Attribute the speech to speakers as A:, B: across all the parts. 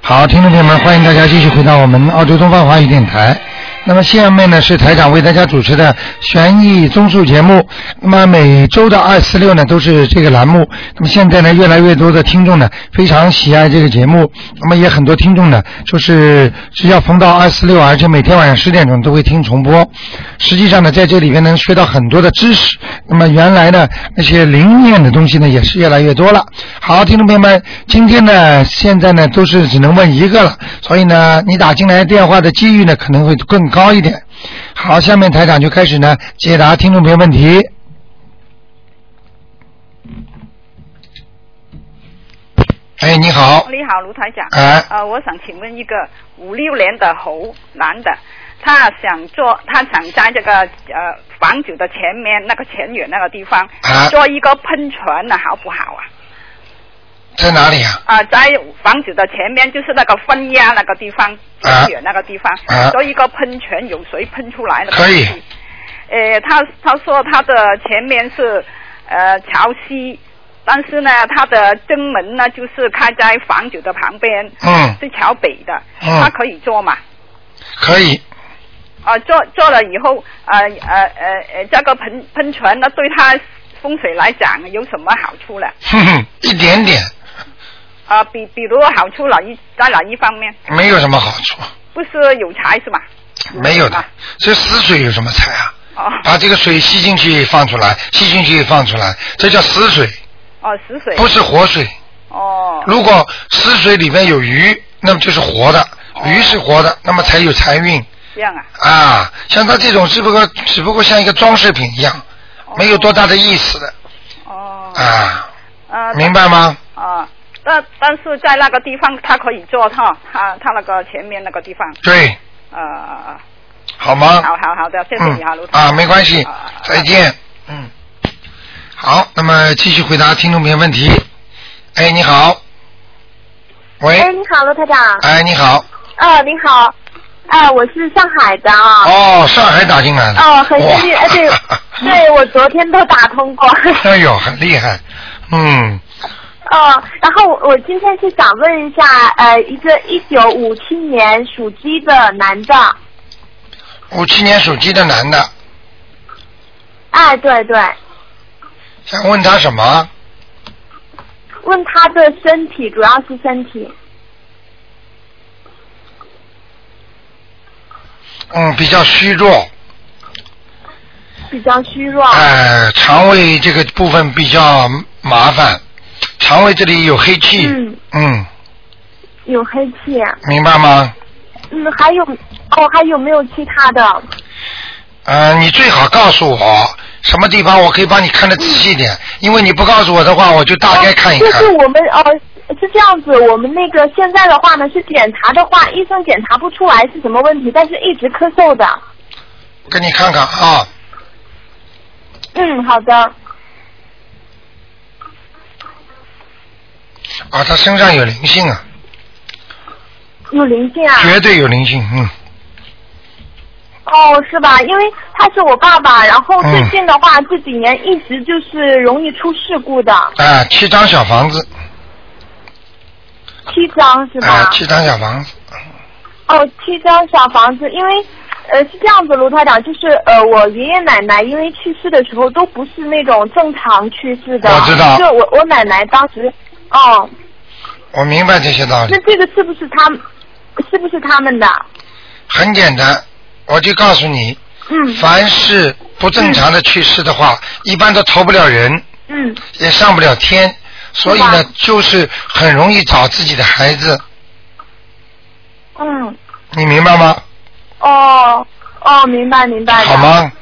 A: 好，听众朋友们，欢迎大家继续回到我们澳洲东方华语电台。那么下面呢是台长为大家主持的悬疑综述节目。那么每周的二四六呢都是这个栏目。那么现在呢，越来越多的听众呢非常喜爱这个节目。那么也很多听众呢，就是只要逢到二四六，而且每天晚上十点钟都会听重播。实际上呢，在这里边能学到很多的知识。那么原来呢那些灵验的东西呢也是越来越多了。好，听众朋友们，今天呢现在呢都是只能问一个了，所以呢你打进来电话的机遇呢可能会更高。高一点。好，下面台长就开始呢解答听众朋友问题。哎，你好。
B: 你好，卢台长。
A: 哎。
B: 呃，我想请问一个五六年的猴男的，他想做，他想在这个呃房子的前面那个前院那个地方、
A: 啊
B: 做一个喷泉呢，好不好啊？
A: 在哪里啊？
B: 啊、在房子的前面就是那个分压那个地方，
A: 啊
B: 前院那个地方，
A: 啊
B: 做一个喷泉，有水喷出来的。
A: 可以。
B: 呃，他他说他的前面是呃朝西，但是呢，他的正门呢就是开在房子的旁边，
A: 嗯，
B: 是朝北的，
A: 嗯
B: 他可以做嘛？
A: 可以。
B: 啊、做做了以后，呃呃呃呃，这个喷喷泉呢，对他风水来讲有什么好处呢？
A: 哼哼，一点点，
B: 啊、比比如好处哪一在哪一方面？
A: 没有什么好处，
B: 不是有财是吧？
A: 没有的。这死水有什么财啊？
B: 哦
A: 把这个水吸进去放出来，吸进去放出来，这叫死水，
B: 哦，死水
A: 不是活水。
B: 哦
A: 如果死水里面有鱼，那么就是活的，
B: 哦
A: 鱼是活的，那么才有财运。
B: 这样啊，
A: 啊，像他这种只不过只不过像一个装饰品一样，没有多大的意思的
B: 哦
A: 啊，
B: 呃
A: 明白吗？
B: 啊，但但是在那个地方他可以做哈，他他那个前面那个地方，
A: 对，
B: 呃，
A: 好吗？
B: 好好好的，谢谢
A: 嗯
B: 你啊，卢台
A: 啊，
B: 长
A: 没关系
B: 啊啊，
A: 再见。嗯，好，那么继续回答听众朋友问题。哎，你好，
C: 哎，
A: 喂，
C: 你好，罗台长。
A: 哎，你好，
C: 哦，你好。哎，我是上海的啊。
A: 哦，上海打进来了，
C: 哦，很幸运，
A: 哇
C: 哎， 对，对我昨天都打通过。
A: 哎呦，很厉害，嗯，
C: 哦，然后我我今天是想问一下，呃，一个一九五七年属鸡的男的，
A: 五七年属鸡的男的，
C: 哎，对对，
A: 想问他什么？
C: 问他的身体，主要是身体。
A: 嗯，比较虚弱，
C: 比较虚弱，
A: 呃，肠胃这个部分比较麻烦，肠胃这里有黑气，
C: 嗯
A: 嗯
C: 有黑气，
A: 明白吗？
C: 嗯，还有，哦，还有没有其他的？
A: 呃，你最好告诉我什么地方，我可以帮你看得仔细一点，因为你不告诉我的话，我就大概看一
C: 就
A: 看
C: 是。我们呃是这样子，我们那个现在的话呢，是检查的话，医生检查不出来是什么问题，但是一直咳嗽的。
A: 给你看看啊，
C: 嗯，好的。
A: 啊，他身上有灵性啊，
C: 有灵性啊？
A: 绝对有灵性，嗯，
C: 哦，是吧？因为他是我爸爸，然后
A: 嗯
C: 最近的话、这几年一直就是容易出事故的，
A: 啊，七张小房子，
C: 七张是吧？
A: 啊，七张小房子，
C: 哦，七张小房子，因为呃是这样子，卢台长，就是呃我爷爷奶奶因为去世的时候都不是那种正常去世的，
A: 我知道
C: 就我我奶奶当时，哦，
A: 我明白这些道理
C: 那，这个是不是他们？是不是他们的？
A: 很简单，我就告诉你，
C: 嗯
A: 凡是不正常的去世的话，一般都投不了人，
C: 嗯，
A: 也上不了天，所以呢
C: 是吧，
A: 就是很容易找自己的孩子，
C: 嗯，
A: 你明白吗？
C: 哦哦，明白明白的。
A: 好？吗？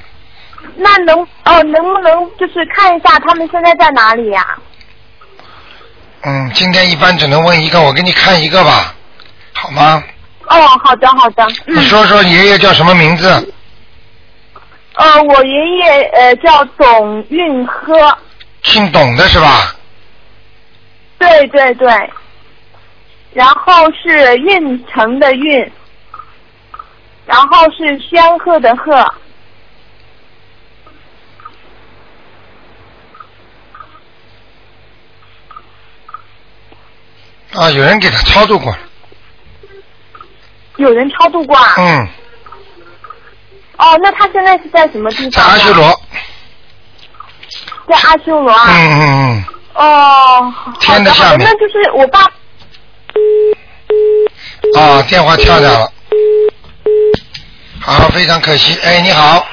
C: 那能哦，能不能就是看一下他们现在在哪里呀、
A: 嗯，今天一般只能问一个，我给你看一个吧，好吗？
C: 哦，好的好的，嗯
A: 你，说说爷爷叫什么名字？
C: 呃，我爷爷呃叫董运科，
A: 姓董的是吧？
C: 对对对，然后是运城的运，然后是仙鹤的鹤，
A: 啊，有人给他操作过了。
D: 有人超度过啊？
A: 嗯，
D: 哦，那他现在是在什么地
A: 在
D: 方啊？
A: 阿修罗，
D: 在阿修罗啊。
A: 嗯嗯
D: 哦，
A: 天的下
D: 好的好的，
A: 面
D: 那就是我爸。
A: 嗯，啊，电话跳掉了，好，非常可惜。哎，你好，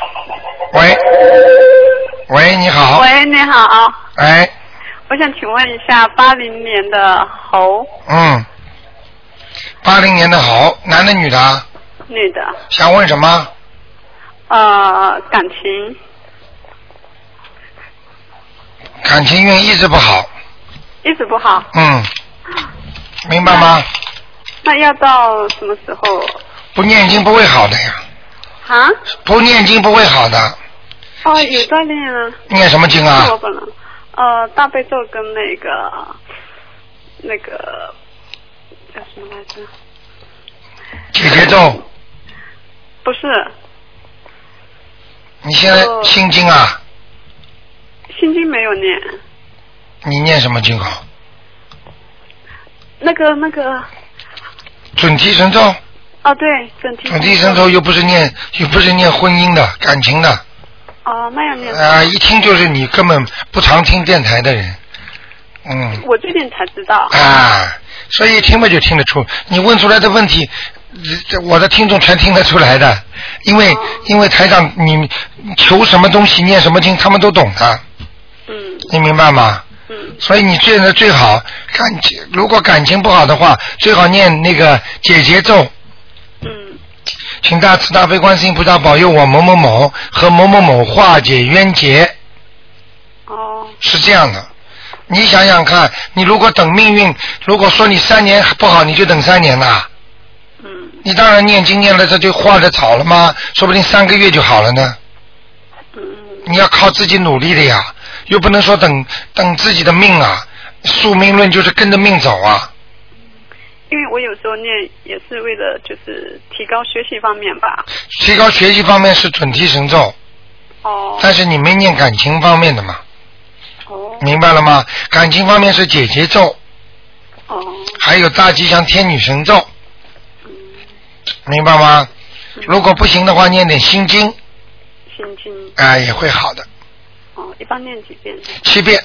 A: 喂，喂，你好，
E: 喂，你好啊，
A: 哎，
E: 我想请问一下，八零年的猴
A: 嗯，八零年的好，男的女的啊？
E: 女的，
A: 想问什么？
E: 呃，感情
A: 感情运一直不好，
E: 一直不好，
A: 嗯，明白吗？
E: 那要到什么时候
A: 不念经不会好的呀，
E: 啊？
A: 不念经不会好的，
E: 哦，有在练啊，
A: 念什么经啊
E: 是？我本人，呃，大悲咒跟那个那个叫什么来着？
A: 解结咒，
E: 不是
A: 你现在
E: 哦
A: 心经啊？
E: 心经没有念，
A: 你念什么经好？
E: 那个那个，
A: 准提神咒，
E: 哦对，准提
A: 准提神
E: 嗯
A: 咒又不是念，又不是念婚姻的感情的，啊、
E: 哦，那要念。
A: 一听就是你根本不常听电台的人，嗯，
E: 我最近才知道，
A: 啊，所以一听嘛就听得出，你问出来的问题，这我的听众全听得出来的，因为、因为台长你求什么东西念什么经，他们都懂的，
E: 嗯
A: 你明白吗？
E: 嗯，
A: 所以你最的最好感情，如果感情不好的话，最好念那个解结咒，
E: 嗯
A: 请大慈大悲观世音菩萨保佑我某某某和某某某化解冤结，
E: 哦，
A: 是这样的。你想想看，你如果等命运，如果说你三年不好，你就等三年呐、
E: 嗯
A: 你当然念经念了，这就化着草了吗？说不定三个月就好了呢。
E: 嗯
A: 你要靠自己努力的呀，又不能说等等自己的命啊。宿命论就是跟着命走啊。
E: 因为我有时候念也是为了就是提高学习方面吧。
A: 提高学习方面是准提神咒，
E: 哦
A: 但是你没念感情方面的嘛，
E: 哦
A: 明白了吗？感情方面是解结咒，
E: 哦，
A: 还有大吉祥天女神咒，
E: 嗯，
A: 明白吗？如果不行的话，念点心经，
E: 心经
A: 哎、也会好的。
E: 哦，一般念几遍？
A: 七遍，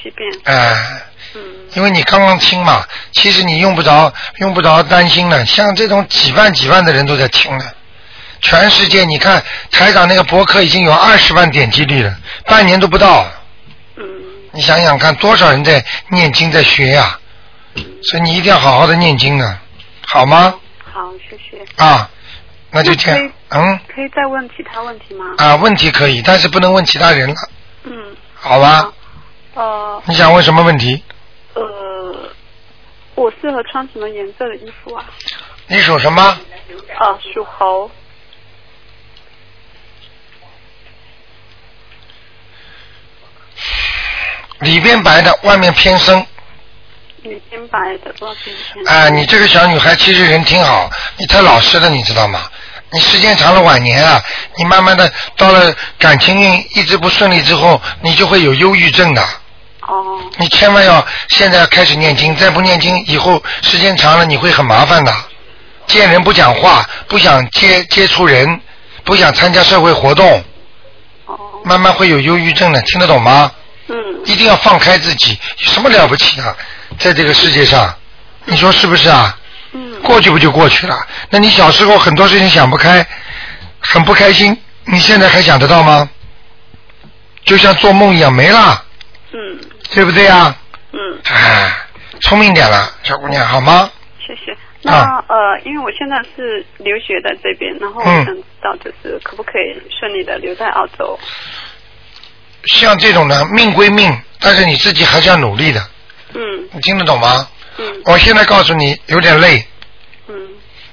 E: 七遍。
A: 哎、
E: 嗯
A: 因为你刚刚听嘛，其实你用不着用不着担心的，像这种几万几万的人都在听呢。全世界，你看台长那个博客已经有二十万点击率了，半年都不到。
E: 嗯
A: 你想想看，多少人在念经在学呀、所以你一定要好好的念经啊，好吗？
E: 好，谢谢。
A: 啊，那就这
E: 那
A: 样，嗯，
E: 可以再问其他问题吗？
A: 啊，问题可以，但是不能问其他人了，
E: 嗯，
A: 好吧
E: 好？呃
A: 你想问什么问题？
E: 呃，我适合穿什么颜色的衣服啊？
A: 你属什么？
E: 啊，属猴。
A: 里边白的，外面偏深。
E: 你偏白的，多少钱一天？
A: 啊，你这个小女孩其实人挺好，你太老实了，你知道吗？你时间长了晚年啊，你慢慢的到了感情运一直不顺利之后，你就会有忧郁症的。
E: 哦
A: 你千万要现在开始念经，再不念经，以后时间长了你会很麻烦的。见人不讲话，不想接接触人，不想参加社会活动，
E: 哦，
A: 慢慢会有忧郁症的，听得懂吗？
E: 嗯
A: 一定要放开自己，有什么了不起的？在这个世界上，你说是不是啊？
E: 嗯
A: 过去不就过去了？那你小时候很多事情想不开，很不开心，你现在还想得到吗？就像做梦一样没了，
E: 嗯
A: 对不对啊？
E: 嗯，
A: 哎，聪明点了，小姑娘，好吗？
E: 谢谢。那、
A: 啊
E: 呃，因为我现在是留学在这边，然后我
A: 嗯
E: 想知道就是可不可以顺利的留在澳洲？
A: 像这种呢，命归命，但是你自己还是要努力的，
E: 嗯
A: 你听得懂吗？
E: 嗯
A: 我现在告诉你，有点累。
E: 嗯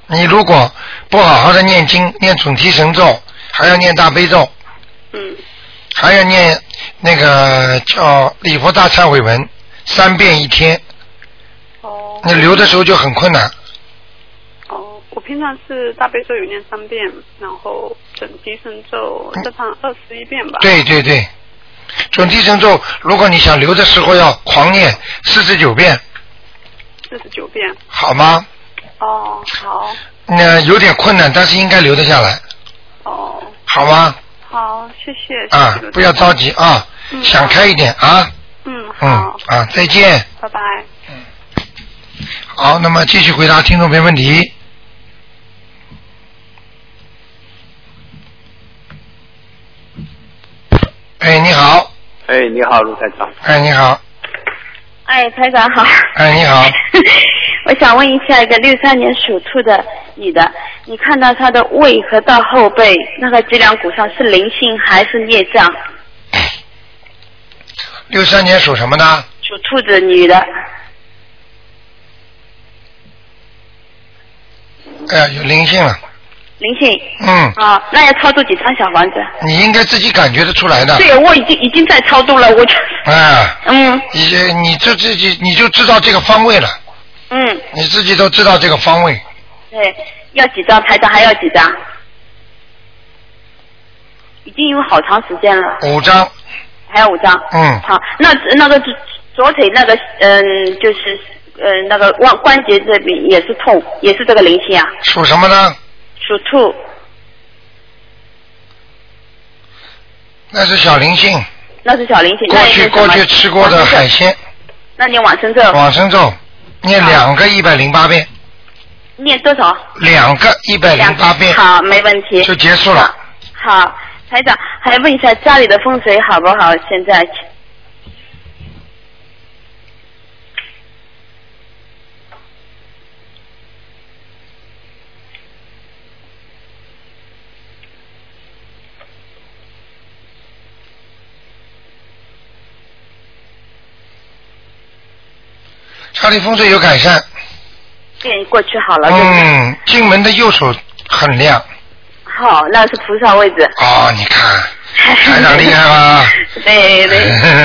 A: 你如果不好好的念经，念准提神咒，还要念大悲咒，
E: 嗯
A: 还要念那个叫礼佛大忏悔文三遍一天，
E: 哦
A: 你留的时候就很困难。
E: 哦，我平常是大悲咒有念三遍，然后准提神咒
A: 嗯
E: 这趟二十一遍吧。
A: 对对对，准提神咒，如果你想留的时候要狂念四十九遍，
E: 四十九遍。
A: 好吗？
E: 哦，好。
A: 那有点困难，但是应该留得下来，
E: 哦，
A: 好吗？
E: 好，谢谢。谢
A: 啊
E: 谢，
A: 不要着急啊，
E: 嗯
A: 想开一点啊，
E: 嗯，
A: 嗯
E: 好，
A: 啊，再见。
E: 拜拜。
A: 好，那么继续回答听众朋友问题。哎，你好，
F: 哎，你好，卢台长。
A: 哎，你好，
G: 哎，台长好。
A: 哎，你好，
G: 我想问一下，一个六三年属兔的女的，你看到她的胃和到后背那个脊梁骨上是灵性还是孽障？
A: 六三年属什么的？
G: 属兔子女的，
A: 哎呀，有灵性了。
G: 灵性。
A: 嗯，
G: 啊，那要超度几张小房子？
A: 你应该自己感觉得出来的。
G: 对，我已经已经在超度了，我就
A: 啊，
G: 嗯
A: 你这你就自己你就知道这个方位了，
G: 嗯，
A: 你自己都知道这个方位。
G: 对，要几张台长还要几张？已经有好长时间了，
A: 五张，
G: 还有五张。
A: 嗯，
G: 好，那那个左左腿那个嗯，就是嗯那个关关节这边也是痛，也是这个灵性啊，
A: 属什么呢？
G: 属兔，
A: 那是小灵性，
G: 那是小灵性。
A: 过
G: 那
A: 去
G: 念什
A: 过
G: 么
A: 去吃过的海。鲜，
G: 那念往生咒，
A: 往生咒，念两个一百零八遍，
G: 念多少？
A: 两个一百零八遍
G: 好，没问题。
A: 就结束了。
G: 好，台长，还问一下家里的风水好不好？现在
A: 家里风水有改善，
G: 电过去好了，就是
A: 嗯，进门的右手很亮
G: 好，那是菩萨位置。
A: 哦，你看台长厉害吧？
G: 对对，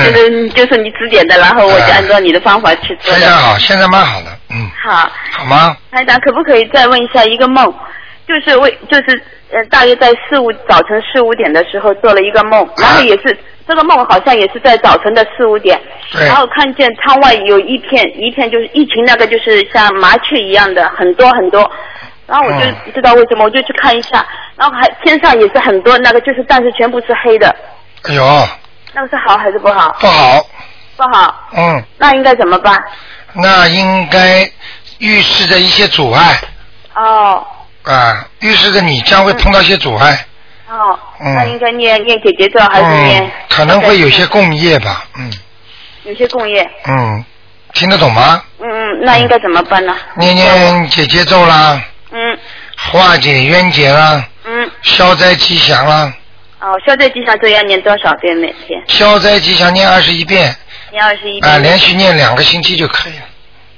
G: 就是就是你指点的，然后我就按照你的方法去 做
A: 台
G: 的。
A: 长好，现在蛮好的，嗯，
G: 好。
A: 好吗？
G: 台长，可不可以再问一下一个梦？就是为就是呃，大约在四五早晨四五点的时候做了一个 梦，然后也是这个梦好像也是在早晨的四五点，
A: 对
C: 哦
G: 然后看见窗外有一片一片就是疫情那个就是像麻雀一样的很多很多。然后我就
A: 嗯
G: 不知道为什么，我就去看一下，然后还天上也是很多那个，就是但是全部是黑的，
A: 哎呦，
G: 那个是好还是不好？
A: 不好，
G: 不好，
A: 嗯，
G: 那应该怎么办？
A: 那应该预示着一些阻碍
G: 哦
A: 啊，预示着你将会碰到一些阻碍，
G: 哦，
A: 嗯
G: 那应该念念姐姐咒还是念
A: 嗯？，可能会有些共业吧，嗯
G: 有些共业，
A: 嗯，听得懂吗？
G: 嗯嗯，那应该怎么办呢？
A: 念念姐姐咒啦，
G: 嗯
A: 化解冤结啦，
G: 嗯，
A: 消灾吉祥啦，
G: 哦，消灾吉祥咒要念多少遍每天？
A: 消灾吉祥念二十一遍，
G: 念二十一
A: 啊、
G: 遍。
A: 连续念两个星期就可以了，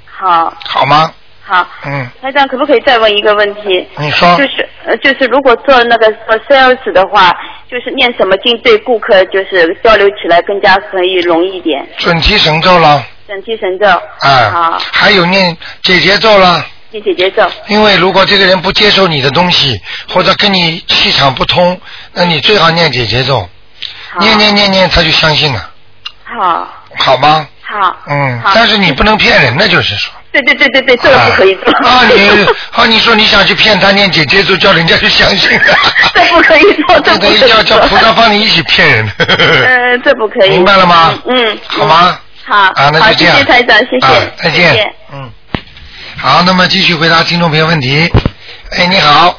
G: 好，
A: 好吗？
G: 好，
A: 嗯，
G: 台长可不可以再问一个问题？
A: 你说
G: 就，是呃，就是如果做那个做 sales 的话，就是念什么经对顾客就是交流起来更加可以容易一点？
A: 准提神咒啦，
G: 整提神咒。
A: 啊
G: 好，，
A: 还有念姐姐咒啦，
G: 念姐姐咒。
A: 因为如果这个人不接受你的东西，或者跟你气场不通，那你最好念姐姐咒，
G: 好。
A: 念念念念，他就相信了，
G: 好。
A: 好吗？
G: 好。
A: 嗯
G: 好，
A: 但是你不能骗人的，就是说。
G: 对对对对对，这个不可以做。
A: 啊，啊你啊，你说你想去骗他念姐姐咒，叫人家去相信。
G: 这不可以做，这
A: 这
G: 不可
A: 等
G: 以
A: 于
G: 做。
A: 叫叫菩萨帮你一起骗人。
C: 呃
G: 嗯，这不可以。
A: 明白了吗
G: 嗯，
A: 好吗？
G: 好，
A: 啊，那
G: 好，
A: 就这
G: 谢
A: 样。
G: 谢台长，谢谢，
A: 啊再见。
G: 谢谢
A: 嗯。好，那么继续回答听众朋友问题。哎，你好，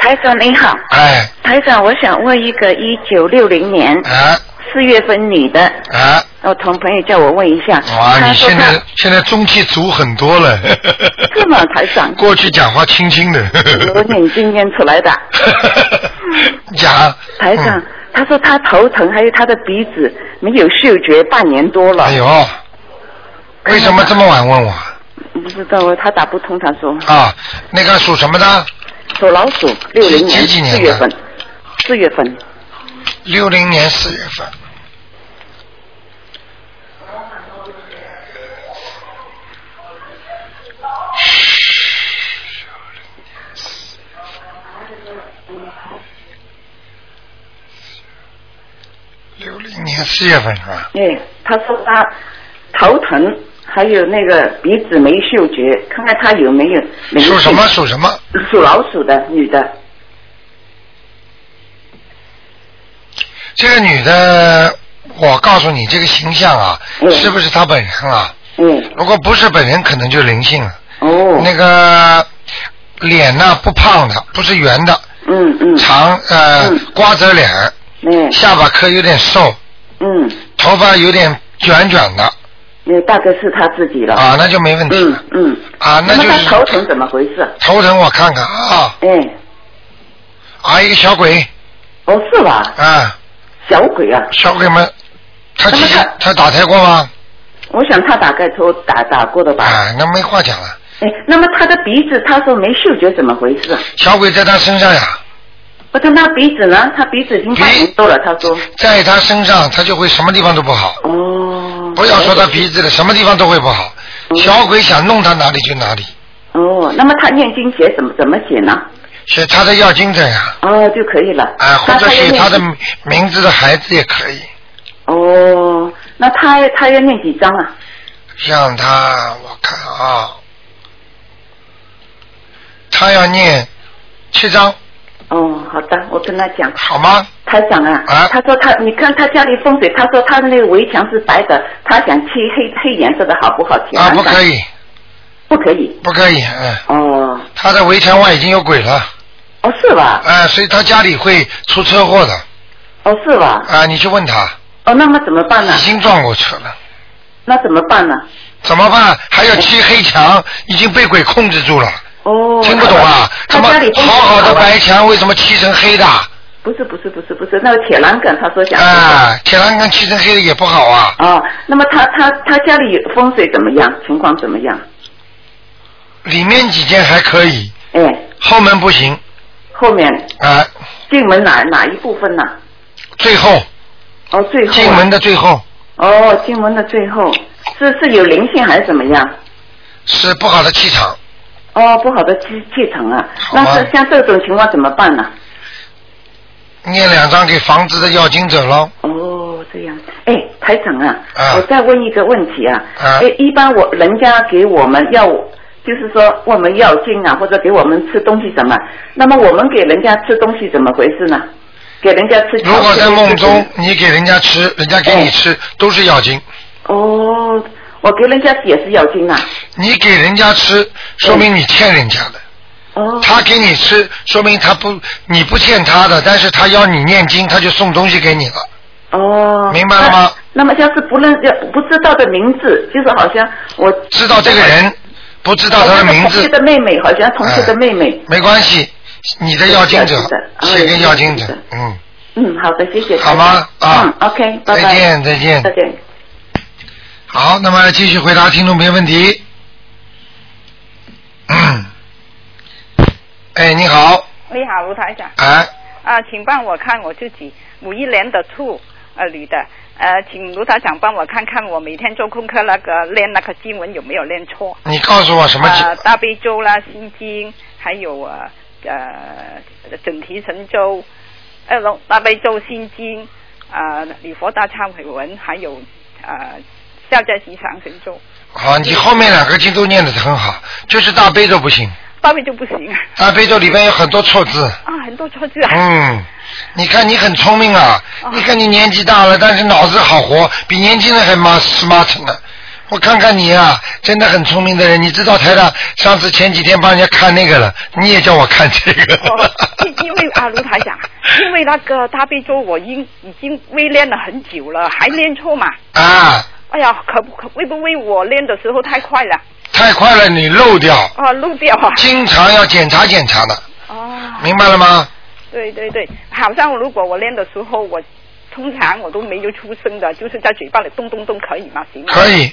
H: 台长您好，
A: 哎，
H: 台长，我想问一个一九六零年
A: 啊
H: 四月份女的，
A: 啊，
H: 我同朋友叫我问一下，
A: 哇，啊
H: 她
A: 你
H: 说
A: 现在
H: 她
A: 现在中气足很多了。？
H: 是吗，台长嗯
A: 过去讲话轻轻的。
H: 我眼睛验出来的，
A: 讲。
H: 台长
A: 嗯。，
H: 她说她头疼，还有她的鼻子没有嗅觉半年多了，
A: 哎呦，为什么这么晚问我？
H: 不知道她打不通，她说
A: 啊，那个属什么的？
H: 属老鼠，六零
A: 几
H: 年
A: 几年的
H: 四月份，四月份，
A: 六零年四月份。六零年四月份是吧？
H: 哎，她说她头疼，还有那个鼻子没嗅觉，看看她有没有没有
A: 属什么
H: 嗅
A: 属什么？
H: 属老鼠的女的，
A: 这个女的，我告诉你，这个形象啊，
H: 嗯
A: 是不是她本人啊？
H: 嗯，
A: 如果不是本人，可能就灵性了。
H: 哦，
A: 那个脸呐、不胖的，不是圆的，
H: 嗯嗯
A: 长呃
H: 嗯
A: 瓜子脸，
H: 嗯
A: 下巴颏有点瘦，
H: 嗯，
A: 头发有点卷卷的
H: 那大概是她自己了，
A: 啊，那就没问题
H: 嗯
A: 了
H: 嗯，
A: 啊，那
H: 么
A: 就
H: 她
A: 是
H: 头疼怎么回事？
A: 头疼，我看看啊
H: 哎，
A: 啊，一个小鬼
H: 哦是吧？
A: 啊，
H: 小鬼啊，
A: 小鬼们，他
H: 那
A: 其
H: 么
A: 实
H: 他
A: 他打胎过吗？
H: 我想她大概都打打过的吧。
A: 哎，那没话讲了，
H: 哎，那么她的鼻子，她说没嗅觉，怎么回事？
A: 小鬼在他身上呀，
H: 我他那鼻子呢？她鼻子已经半年多了，她说。
A: 在他身上他就会什么地方都不好，
H: 哦。
A: 不要说他鼻子了，什么地方都会不好，
H: 嗯
A: 小鬼想弄他哪里就哪里，
H: 哦，那么她念经写怎么怎么写呢？
A: 写他的要经者呀，
H: 哦，就可以了。
A: 啊，或者写他
H: 她
A: 的
H: 要念几
A: 名字的孩子也可以。
H: 哦，那她她要念几张啊？
A: 让他我看啊，他要念七章，
H: 哦，好的，我跟她讲。
A: 好吗？
H: 台长啊，
A: 啊
H: 他说他，你看他家里风水，他说他的那个围墙是白的，他想漆黑黑颜色的好不好？
A: 啊，不可
H: 以，
A: 以，
H: 不可以。
A: 不可以，嗯，
H: 哦，
A: 他的围墙外已经有鬼了，
H: 哦是吧？
A: 啊，所以他家里会出车祸的，
H: 哦是吧？
A: 啊，你去问他，
H: 哦，那么怎么办呢？
A: 已经撞过车了，
H: 那怎么办呢？
A: 怎么办？还要漆黑墙，已经被鬼控制住了，
H: 哦，
A: 听不懂啊？
H: 他
A: 怎么
H: 家里风水
A: 好好的
H: 吧
A: 白墙为什么漆成黑的？
H: 不是不是不是不是，那个铁栏杆，他说想。
A: 啊，铁栏杆漆成黑的也不好啊，
H: 哦，那么他他他家里风水怎么样？情况怎么样？
A: 里面几间还可以，
H: 哎，
A: 后门不行，
H: 后面
A: 啊，
H: 进门哪哪一部分呢、
A: 最后。
H: 哦，最后、啊。
A: 进门的最后
H: 哦，进门的最后是是有灵性还是怎么样？
A: 是不好的气场，
H: 哦，不好的气气场啊。
A: 好啊
H: 那是像这种情况怎么办呢、
A: 念两张给房子的要经者喽。
H: 哦，这样。哎，台长啊，
A: 啊
H: 我再问一个问题啊。
A: 啊
H: 哎，一般我人家给我们要，就是说我们要经啊，或者给我们吃东西什么，那么我们给人家吃东西怎么回事呢？给人家吃巧克力。
A: 如果在梦
H: 就
A: 中
H: 是
A: 你给人家吃，人家给你吃，都是要经。
H: 哦，我给人家也是要经啊。
A: 你给人家吃，说明你欠人家的；
H: 哦。
A: 他给你吃，说明他不你不欠他的，但是他要你念经，他就送东西给你了。
H: 哦，
A: 明白了吗
H: 那？那么像是不认不知道的名字，就是好像我
A: 知道这个人，不知道他的名
H: 同
A: 字哎
H: 学，的妹妹，好像同学的妹妹。
A: 没关系，你的要经者
H: 是的是的
A: 写给要经
H: 是
A: 者
H: 的，
A: 嗯，
H: 嗯，好的，谢谢。
A: 好吗？啊
H: 嗯，OK，拜拜。
A: 再见，再见
H: 再。见。
A: 好，那么继续回答听众朋友问题。 嗯，哎，你好，
B: 你好，卢台长
A: 哎，
B: 啊，请帮我看我自己五一年的兔，呃，女的，呃，请卢台长帮我看看我每天做功课那个练那个经文有没有练错？
A: 你告诉啊我什么
B: 呃
A: 几？
B: 大悲咒啦、心经，还有呃呃准提神咒，呃龙大悲咒、心经，啊、呃、礼佛大忏悔文，还有呃消灾吉祥神咒，
A: 好，你后面两个经都念得很好，就是大悲咒不行，
B: 大悲咒不行啊，
A: 大悲咒里边有很多错 字。
B: 啊很多错字啊。
A: 嗯，你看你很聪明啊，
B: 哦
A: 你看你年纪大了，但是脑子好活，比年轻人还 ma- smart 呢。我看看你啊，真的很聪明的人。你知道台长上次前几天帮人家看那个了，你也叫我看这个。
B: 哦，因因为啊，卢台长，因为那个大悲咒我已经已经微练了很久了，还练错嘛？
A: 啊，
B: 哎呀，可不可会不会我练的时候太快了
A: 太快了，你漏掉，
B: 啊，漏掉啊？
A: 经常要检查检查的，
B: 哦，
A: 明白了吗？
B: 对对对，好像如果我练的时候，我通常我都没有出声的，就是在嘴巴里动动动，可以吗？行吗？
A: 可。以，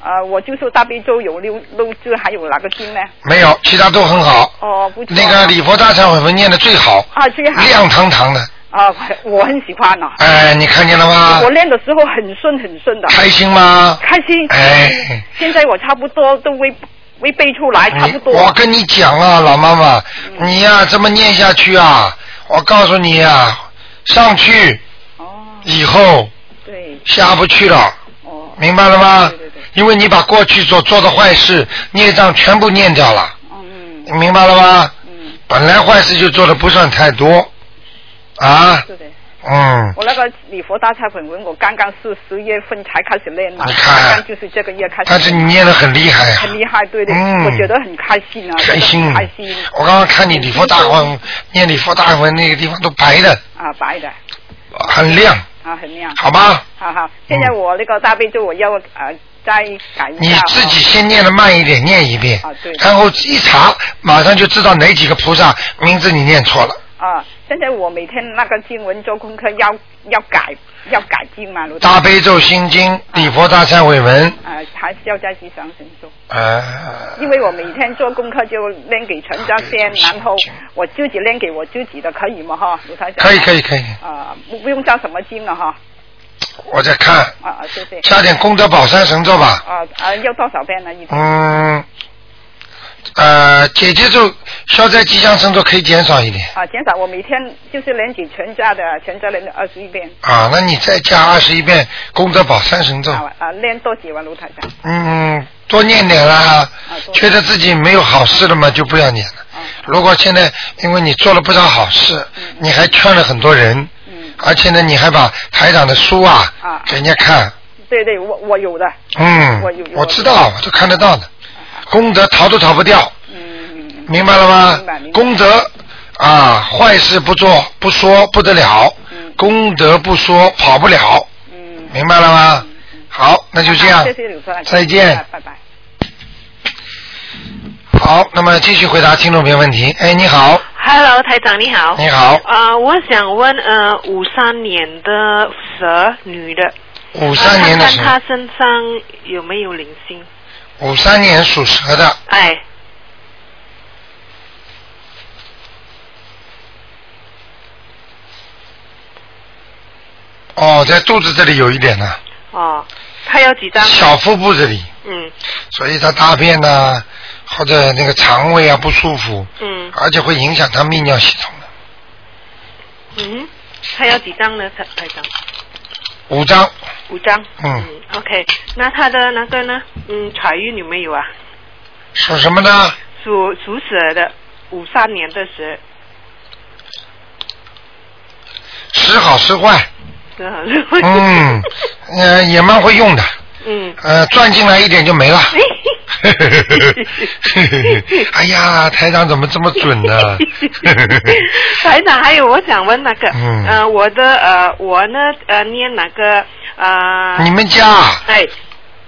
B: 呃，我就说大悲咒有六六字，还有哪个经呢？
A: 没有，其他都很好。
B: 哦，不错。
A: 那个礼佛大忏悔文念的最好，
B: 啊，最好
A: 亮堂堂的，
B: 啊，我我很喜欢呢、
A: 哎，你看见了吗
B: 我？练的时候很顺很顺的。
A: 开心吗？
B: 开心。
A: 哎
B: 现在我差不多都未未背出来，差不
A: 你
B: 多。
A: 我跟你讲啊，老妈妈，你呀、这么念下去啊，我告诉你呀、上去
B: 哦，
A: 以后
B: 对，
A: 下不去了，
B: 哦，
A: 明白了吗？
B: 对对对
A: 因为你把过去所做的坏事、孽障全部念掉了，
B: 嗯
A: 你明白了吗？
B: 嗯，
A: 本来坏事就做的不算太多，啊，
B: 是的。
A: 嗯，
B: 我那个礼佛大忏悔文，我刚刚是十月份才开始练嘛，
A: 你看
B: 刚刚就是这个月开始。
A: 但是你念的很厉害呀、
B: 很厉害，对的，
A: 嗯
B: 我觉得很开心啊，
A: 开
B: 真的
A: 心
B: 很开心，
A: 我刚刚看你礼佛大
B: 嗯
A: 文，念礼佛大文那个地方都白的，
B: 啊，白的
A: 很亮，
B: 啊，很亮，
A: 好吧？
B: 好好。现在我那个大悲咒，我要呃再改一
A: 你
B: 下啊。
A: 自己先念的慢一点，念一遍
B: 啊对，
A: 然后一查，马上就知道哪几个菩萨名字你念错了。
B: 啊，现在我每天那个经文做功课要要改要改进嘛，卢台
A: 大悲咒心经、礼佛大忏悔文，
B: 呃，还是要在吉祥神咒，
A: 呃，
B: 因为我每天做功课就练给陈家先，然
A: 啊
B: 后我自己练给我自己的，可以吗？哈，卢台长。
A: 可以可以。可以，
B: 啊、不不用叫什么经了哈，
A: 我在看，
B: 啊啊，谢谢。
A: 加点功德宝山神咒吧。
B: 啊啊，要多少遍呢？一天
A: 嗯，呃，姐姐咒、消灾吉祥神咒可以减少一点
B: 啊，减少我每天就是连给全家的全家人的二十一遍，
A: 啊。那你再加二十一遍功德宝山神咒，
B: 啊啊，练多几万卢台长，
A: 嗯，多念点啦
B: 多。
A: 觉得自己没有好事了嘛，就不要念了。
B: 啊，
A: 如果现在因为你做了不少好事，你还劝了很多人，
B: 嗯，
A: 而且呢，你还把台长的书啊
B: 啊
A: 给人家看，
B: 对对，我我有的，
A: 嗯
B: 我有，
A: 我知道，我都看得到的。功德逃都逃不掉，
B: 嗯，嗯嗯
A: 明白了吗
B: 明白明？白
A: 功德啊，坏事不做不说不得了，
B: 嗯
A: 功德不说跑不了，
B: 嗯，
A: 明白了吗？好，那就这样
B: 好谢。谢刘台长，
A: 再见
B: 啊拜拜拜拜。
A: 好，那么继续回答听众朋友问题。哎，你好，
F: Hello，台长你好。
A: 你好，
F: 啊、我想问，呃，五三年的蛇女的，
A: 五三年的
F: 呃
A: 蛇
F: 看，看她身上有没有灵性？
A: 五三年属蛇的，
F: 哎，
A: 哦，在肚子这里有一点呢，
F: 哦，她有几张？
A: 小腹部这里，
F: 嗯
A: 所以他大便呐、或者那个肠胃啊不舒服，
F: 嗯
A: 而且会影响他泌尿系统的。
F: 嗯，她有几张呢？台台长，
A: 五张，
F: 五张。
A: 嗯
F: ，OK，那她的那个呢？嗯，财运有没有啊？
A: 属什么呢？
F: 属属蛇的，五三年的蛇，
A: 时好时坏，
F: 是很会。
A: 嗯，呃，也蛮会用的，
F: 嗯，
A: 呃，赚进来一点就 没了。
F: 嘿嘿嘿
A: 哎呀，台长怎么这么准啊呢？
F: 台长，还有我想问那个，
A: 嗯
F: 呃，我的呃，我呢呃念那个呃，
A: 你们家，
F: 哎，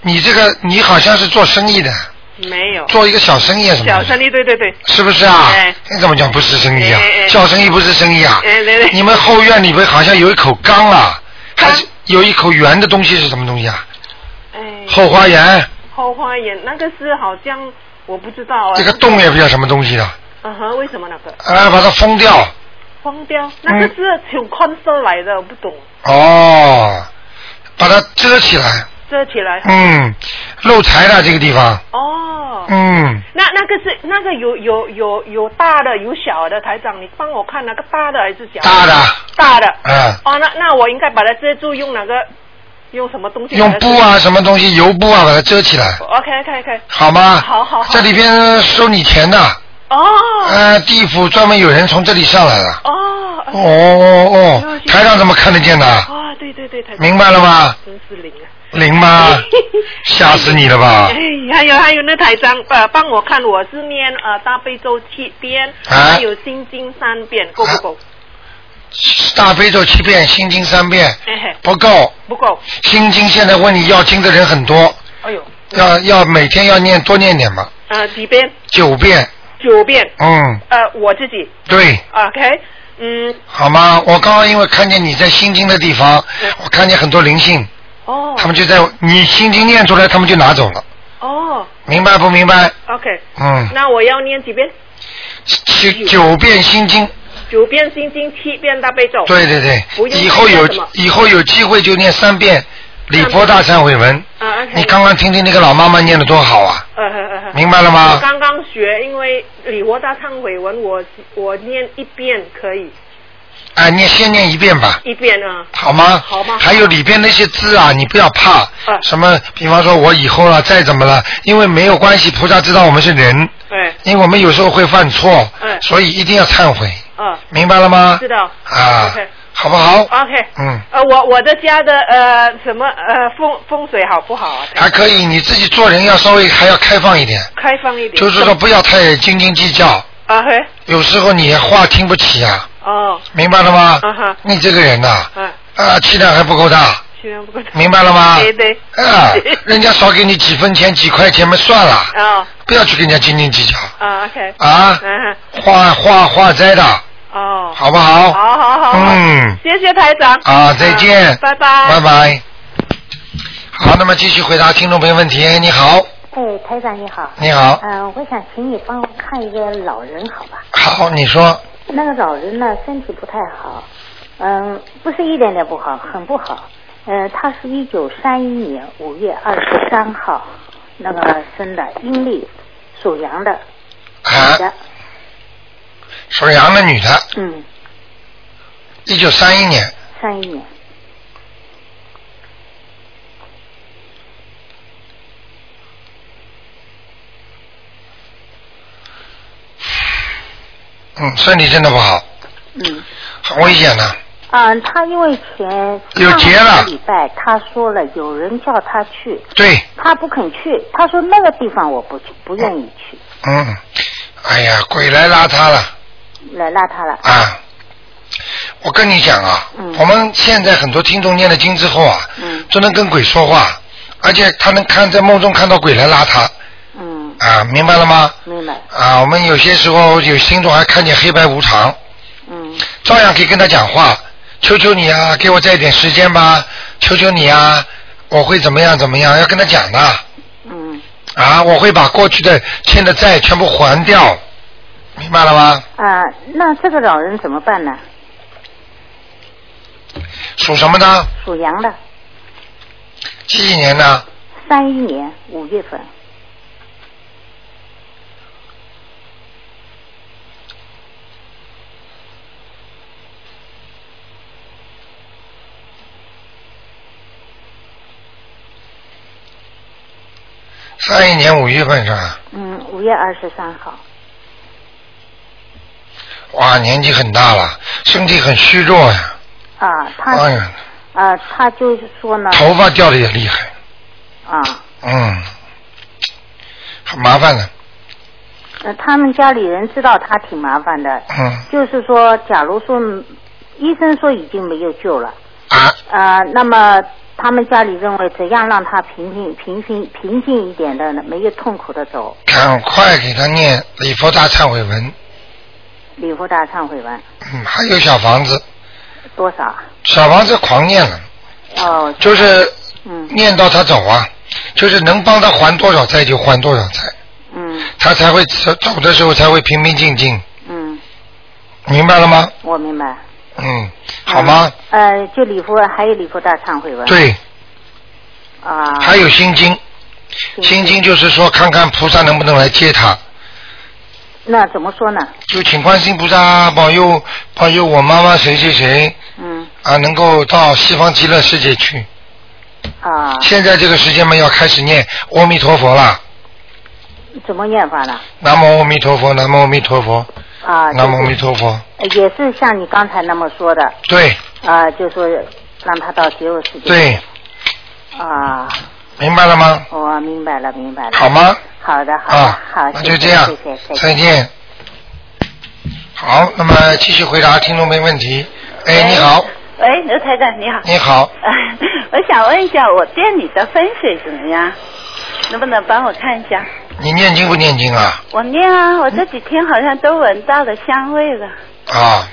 A: 你这个你好像是做生意的，
F: 没有，
A: 做一个小生意啊什么的？
F: 小生意，对对对，
A: 是不是啊
F: 哎？
A: 你怎么讲不是生意啊
F: 哎哎？哎
A: 小生意不是生意啊
F: 哎对对？
A: 你们后院里边好像有一口缸啊，
F: 缸
A: 还是有一口圆的东西是什么东西啊？
F: 哎，
A: 后花园
F: 后花园那个是好像我不知道啊，
A: 这个洞也不叫什么东西的，
F: 嗯哼，为什么那个
A: 啊，把它封掉。嗯
F: 荒掉？那个是挺宽收来的，我不懂，
A: 哦，把它遮起来。
F: 遮起来，
A: 哎嗯，露台的这个地方。
F: 哦。
A: 嗯，
F: 那那个是那个有有有有大的有小的，台长，你帮我看那个大的还是小的？
A: 大的，
F: 大的。
A: 嗯，
F: 哦，那那我应该把它遮住，用哪个？用什么东西？
A: 用布。啊，什么东西，油布啊，把它遮起来，
F: OK，可以可以。
A: 好吗？
F: 好好好
A: 这里边收你钱的，
F: 哦
A: 呃，地府专门有人从这里上来的。
F: 哦
A: 哦哦哦，台长怎么看得见的？
F: 哦，对对对，台长。
A: 明白了吗？
F: 真是灵啊！
A: 灵 吗？吓死你了吧
F: 哎！，还有还有那台长，呃，帮我看，我是念呃大悲咒七遍，
A: 啊
F: 还有心经三遍，够不够？
A: 大悲咒七遍，心经三遍
F: 嘿哎嘿，
A: 不够。
F: 不够。
A: 心经现在问你要经的人很多，
F: 哎呦，
A: 要要每天要念多念点吧，
F: 呃，几遍？
A: 九遍。
F: 九遍。
A: 嗯，
F: 呃，我自己
A: 对，
F: ，OK，嗯，
A: 好吗？我刚刚因为看见你在心经的地方，我看见很多灵性，
F: 哦
A: 他们就在你心经念出来，他们就拿走了，
F: 哦
A: 明白不明白？
F: ，OK，
A: 哎嗯，
F: 那我要念几遍？嗯
A: 七九遍心经，
F: 九遍心经，七遍大悲咒。
A: 对对
F: 不
A: 对，
F: 用
A: 以后有
F: 念什么
A: 以后有机会就念三遍礼佛大忏悔文。
F: 啊，OK。
A: 你刚刚听听那个老妈妈念的多好啊，
F: 呃呃呃呃
A: 明白了
F: 我
A: 吗？
F: 刚刚学，因为礼佛大忏悔文我，我念一遍可以，
A: 啊，你先念一遍吧，
F: 一遍啊。
A: 好吗？
F: 好吗
A: 还有里边那些字啊，你不要怕。
F: 嗯
A: 什么？比方说，我以后了，再怎么了，因为没有关系，菩萨知道我们是人，
F: 哎，
A: 因为我们有时候会犯错，
F: 嗯
A: 所以一定要忏悔，
F: 嗯，
A: 明白了吗？
F: 知道。
A: 啊
F: OK，
A: 好不好？
F: OK。
A: 嗯
F: 呃，我我的家的呃什么呃风风水好不好啊？
A: 还可以，你自己做人要稍微还要开放一点，
F: 开放一点。
A: 就是说不要太斤斤计较，
F: 啊嘿，
A: 有时候你话听不起啊，
F: 哦，
A: 明白了吗？
F: 嗯哼
A: 你这个人呐、
F: 嗯，
A: 啊，气量还不够大，
F: 气量不够大。
A: 明白了吗？
F: 对对。
A: 啊，人家少给你几分钱、几块钱嘛，算了，
F: 哦，
A: 不要去跟人家斤斤计较
F: 啊 OK，
A: 啊，
F: 嗯，
A: 化化化灾的，
F: 哦，
A: 好不好？
F: 好好好，好
A: 嗯，
F: 谢谢台长。
A: 啊，再见
F: 嗯，拜
A: 拜拜。好，那么继续回答听众朋友问题。哎，你好，
I: 哎，台长你好。
A: 你好，
I: 嗯、我想请你帮我看一个老人，好吧？
A: 好，你说，
I: 那个老人呢，身体不太好，嗯，不是一点点不好，很不好。呃，他是一九三一年五月二十三号那个生的，阴历属羊的，
A: 啊
I: 女，的，
A: 属羊的女的，
I: 嗯，
A: 一九三一年，
I: 三一年，
A: 嗯，身体真的不好，
I: 嗯，
A: 很危险的、
I: 啊、他因为前
A: 有劫了
I: 上个礼拜他说了，有人叫他去，
A: 对，
I: 他不肯去，他说那个地方我不去，不愿意去，
A: 嗯，哎呀，鬼来拉他了。
I: 来拉他了，
A: 啊，我跟你讲啊，
I: 嗯
A: 我们现在很多听众念了经之后啊，
I: 嗯
A: 就能跟鬼说话，而且他能看在梦中看到鬼来拉他
I: 嗯，
A: 啊，明白了吗？
I: 明白，
A: 啊，我们有些时候有听众还看见黑白无常，
I: 嗯。
A: 照样可以跟他讲话，求求你啊，给我再一点时间吧，求求你啊，我会怎么样怎么样，要跟他讲的
I: 嗯，
A: 啊，我会把过去的欠的债全部还掉，明白了吗？
I: 啊，那这个老人怎么办呢？
A: 属什么呢？
I: 属羊的，
A: 几几年呢？
I: 三一年五月份。
A: 三一年五月份是吧？
I: 嗯，五月二十三号。
A: 哇，年纪很大了，身体很虚弱呀、
I: 啊，他
A: 哎呀，
I: 啊，他就是说呢，
A: 头发掉的也厉害，
I: 啊，
A: 嗯，很麻烦的，
I: 呃，他们家里人知道他挺麻烦的，
A: 嗯
I: 就是说，假如说嗯医生说已经没有救了，
A: 啊，
I: 呃，那么他们家里认为怎样让他平静、平静、平静一点的呢，没有痛苦的走
A: 赶快给他念礼佛大忏悔文，
I: 礼佛大忏悔文
A: 嗯，还有小房子，
I: 多少啊？
A: 小房子狂念了，
I: 哦，
A: 就是
I: 嗯
A: 念到他走啊，就是能帮他还多少债就还多少债，
I: 嗯
A: 他才会走走的时候才会平平静静，
I: 嗯，
A: 明白了吗？
I: 我明白。
A: 嗯，好吗？
I: 呃，就礼佛，还有礼佛大忏悔文。。
A: 对，
I: 啊。
A: 还有心经，心经就是说看看菩萨能不能来接他。
I: 那怎么说呢？
A: 就请观世音菩萨保佑保佑我妈妈谁谁谁
I: 嗯
A: 啊，能够到西方极乐世界去。
I: 啊，
A: 现在这个时间嘛，要开始念阿弥陀佛了。
I: 怎么念法呢？
A: 南无阿弥陀佛，南无阿弥陀佛，
I: 啊，
A: 南无阿
I: 就
A: 弥
I: 是
A: 陀佛。
I: 呃也是像你刚才那么说的，
A: 对
I: 啊，就说让他到极乐世界。。
A: 对，
I: 啊，
A: 明白了吗？
I: 我明白了，明白了。
A: 好？吗？
I: 好的，好的，
A: 啊，
I: 好，
A: 那
I: 谢
A: 就
I: 谢
A: 这样
I: 谢谢，谢，谢。
A: 再见。好，那么继续回答听众没问题。哎，你好，
J: 喂，刘台长你好。
A: 你好，
J: 我想问一下，我店里的风水怎么样？能不能帮我看一下？
A: 你念经不念经啊？
J: 我念啊，我这几天好像都闻到了香味了。
A: 啊，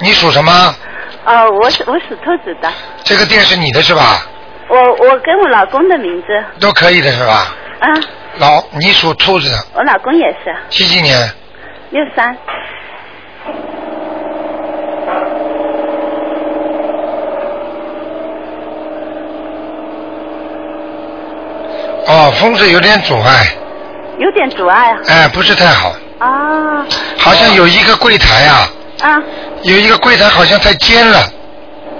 A: 你属什么？
J: 哦，我是我属兔子的，
A: 这个店是你的是吧？
J: 我我跟我老公的名字
A: 都可以的是吧？
J: 啊，
A: 老，你属兔子的，
J: 我老公也是
A: 几几年？
J: 六三。
A: 哦，风水有点阻碍，
J: 有点阻碍
A: 哦哎，不是太好，
J: 啊，啊
A: 好像有一个柜台啊，
J: 啊，
A: 有一个柜台好像太尖了，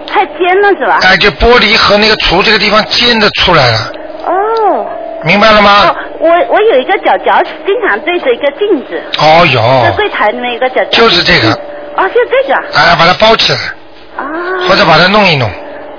J: 太尖了是吧？
A: 哎，就玻璃和那个橱这个地方尖的出来了，
J: 哦。
A: 明白了吗？
J: 哦，我我有一个脚脚经常对着一个镜子，
A: 哦
J: 在
A: 哟，
J: 柜台里面有一个脚脚。
A: 就是这个。
J: 哦，就这个。
A: 哎，把它包起来，
J: 啊。
A: 或者把它弄一弄，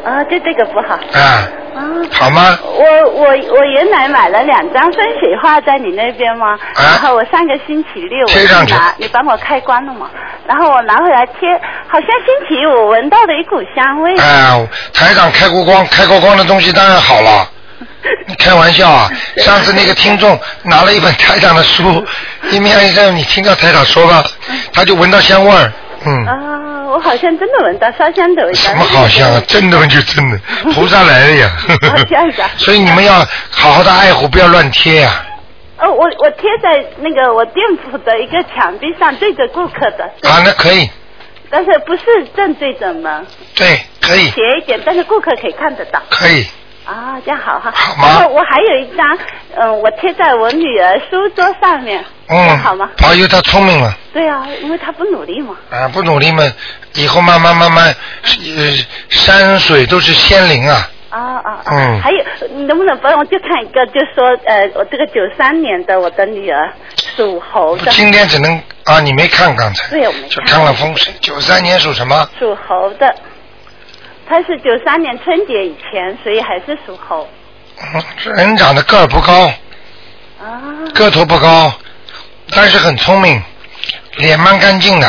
J: 啊，就这个不好。哦
A: 啊，好吗？
J: 我我我原来买了两张风水画在你那边嘛，然后我上个星期六我
A: 啊贴
J: 去
A: 上去
J: 拿，你帮我开光了嘛，然后我拿回来贴，好像星期五闻到了一股香味。
A: 哎，台长开过光，开过光的东西当然好了。你开玩笑啊！上次那个听众拿了一本台长的书，一面让你听到台长说吧，他就闻到香味儿。嗯，
J: 啊，我好像真的闻到烧香的味道。
A: 什么好香啊！真的就真的，菩萨来了呀！
J: 这样子啊
A: 所以你们要好好的爱护，不要乱贴啊呀、
J: 哦，我我贴在那个我店铺的一个墙壁上，对着顾客的，
A: 啊。那可以，
J: 但是不是正对着门，
A: 对，可以，
J: 斜一点，但是顾客可以看得到。
A: 可以。
J: 啊，这样好哈。
A: 好吗
J: 然后我还有一张，嗯，我贴在我女儿书桌上面，这样
A: 嗯，
J: 好吗？
A: 保佑他聪明了
J: 对啊，因为她不努力嘛。
A: 啊！不努力嘛，以后慢慢慢慢，呃，山水都是仙灵啊。
J: 啊啊啊！
A: 嗯
J: 还有，你能不能帮我就看一个，就说呃，我这个九三年的我的女儿属猴的，
A: 今天只能啊，你没看刚才，
J: 对，我没
A: 就看了风水。九三年属什么？
J: 属猴的，她是九三年春节以前，所以还是属猴。
A: 嗯，这人长得个儿不高，
J: 啊
A: 个头不高，但是很聪明，脸蛮干净的。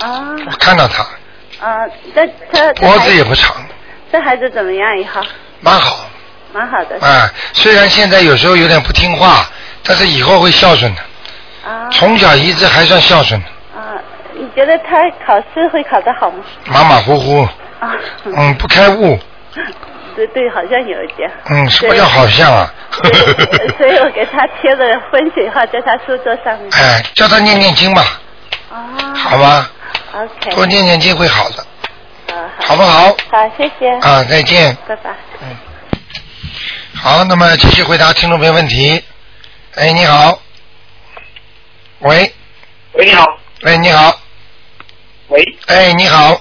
J: 啊
A: 我看到他，
J: 啊，这这这
A: 脖
J: 孩
A: 子也不长，
J: 这孩子怎么样以后？
A: 蛮好
J: 蛮好的。
A: 啊。虽然现在有时候有点不听话，但是以后会孝顺的。从小一直还算孝顺的，
J: 啊，你觉得他考试会考得好吗？
A: 马马虎虎，
J: 啊，
A: 嗯，不开悟，
J: 对对，好像有一 点。
A: 嗯，什么叫好像啊？
J: 呃所以我给他贴了风水画在他书桌上面。
A: 哎，叫他念念经吧，好吧，
J: 啊 OK。
A: 多念念经会好的，
J: 啊
A: 好不好？
J: 好，谢谢。
A: 啊再见
J: 拜拜。
A: 好，那么继续回答听众朋友问题。哎，你好。喂。
C: 喂，你好。
A: 喂，你好。
C: 喂。
A: 哎，你好。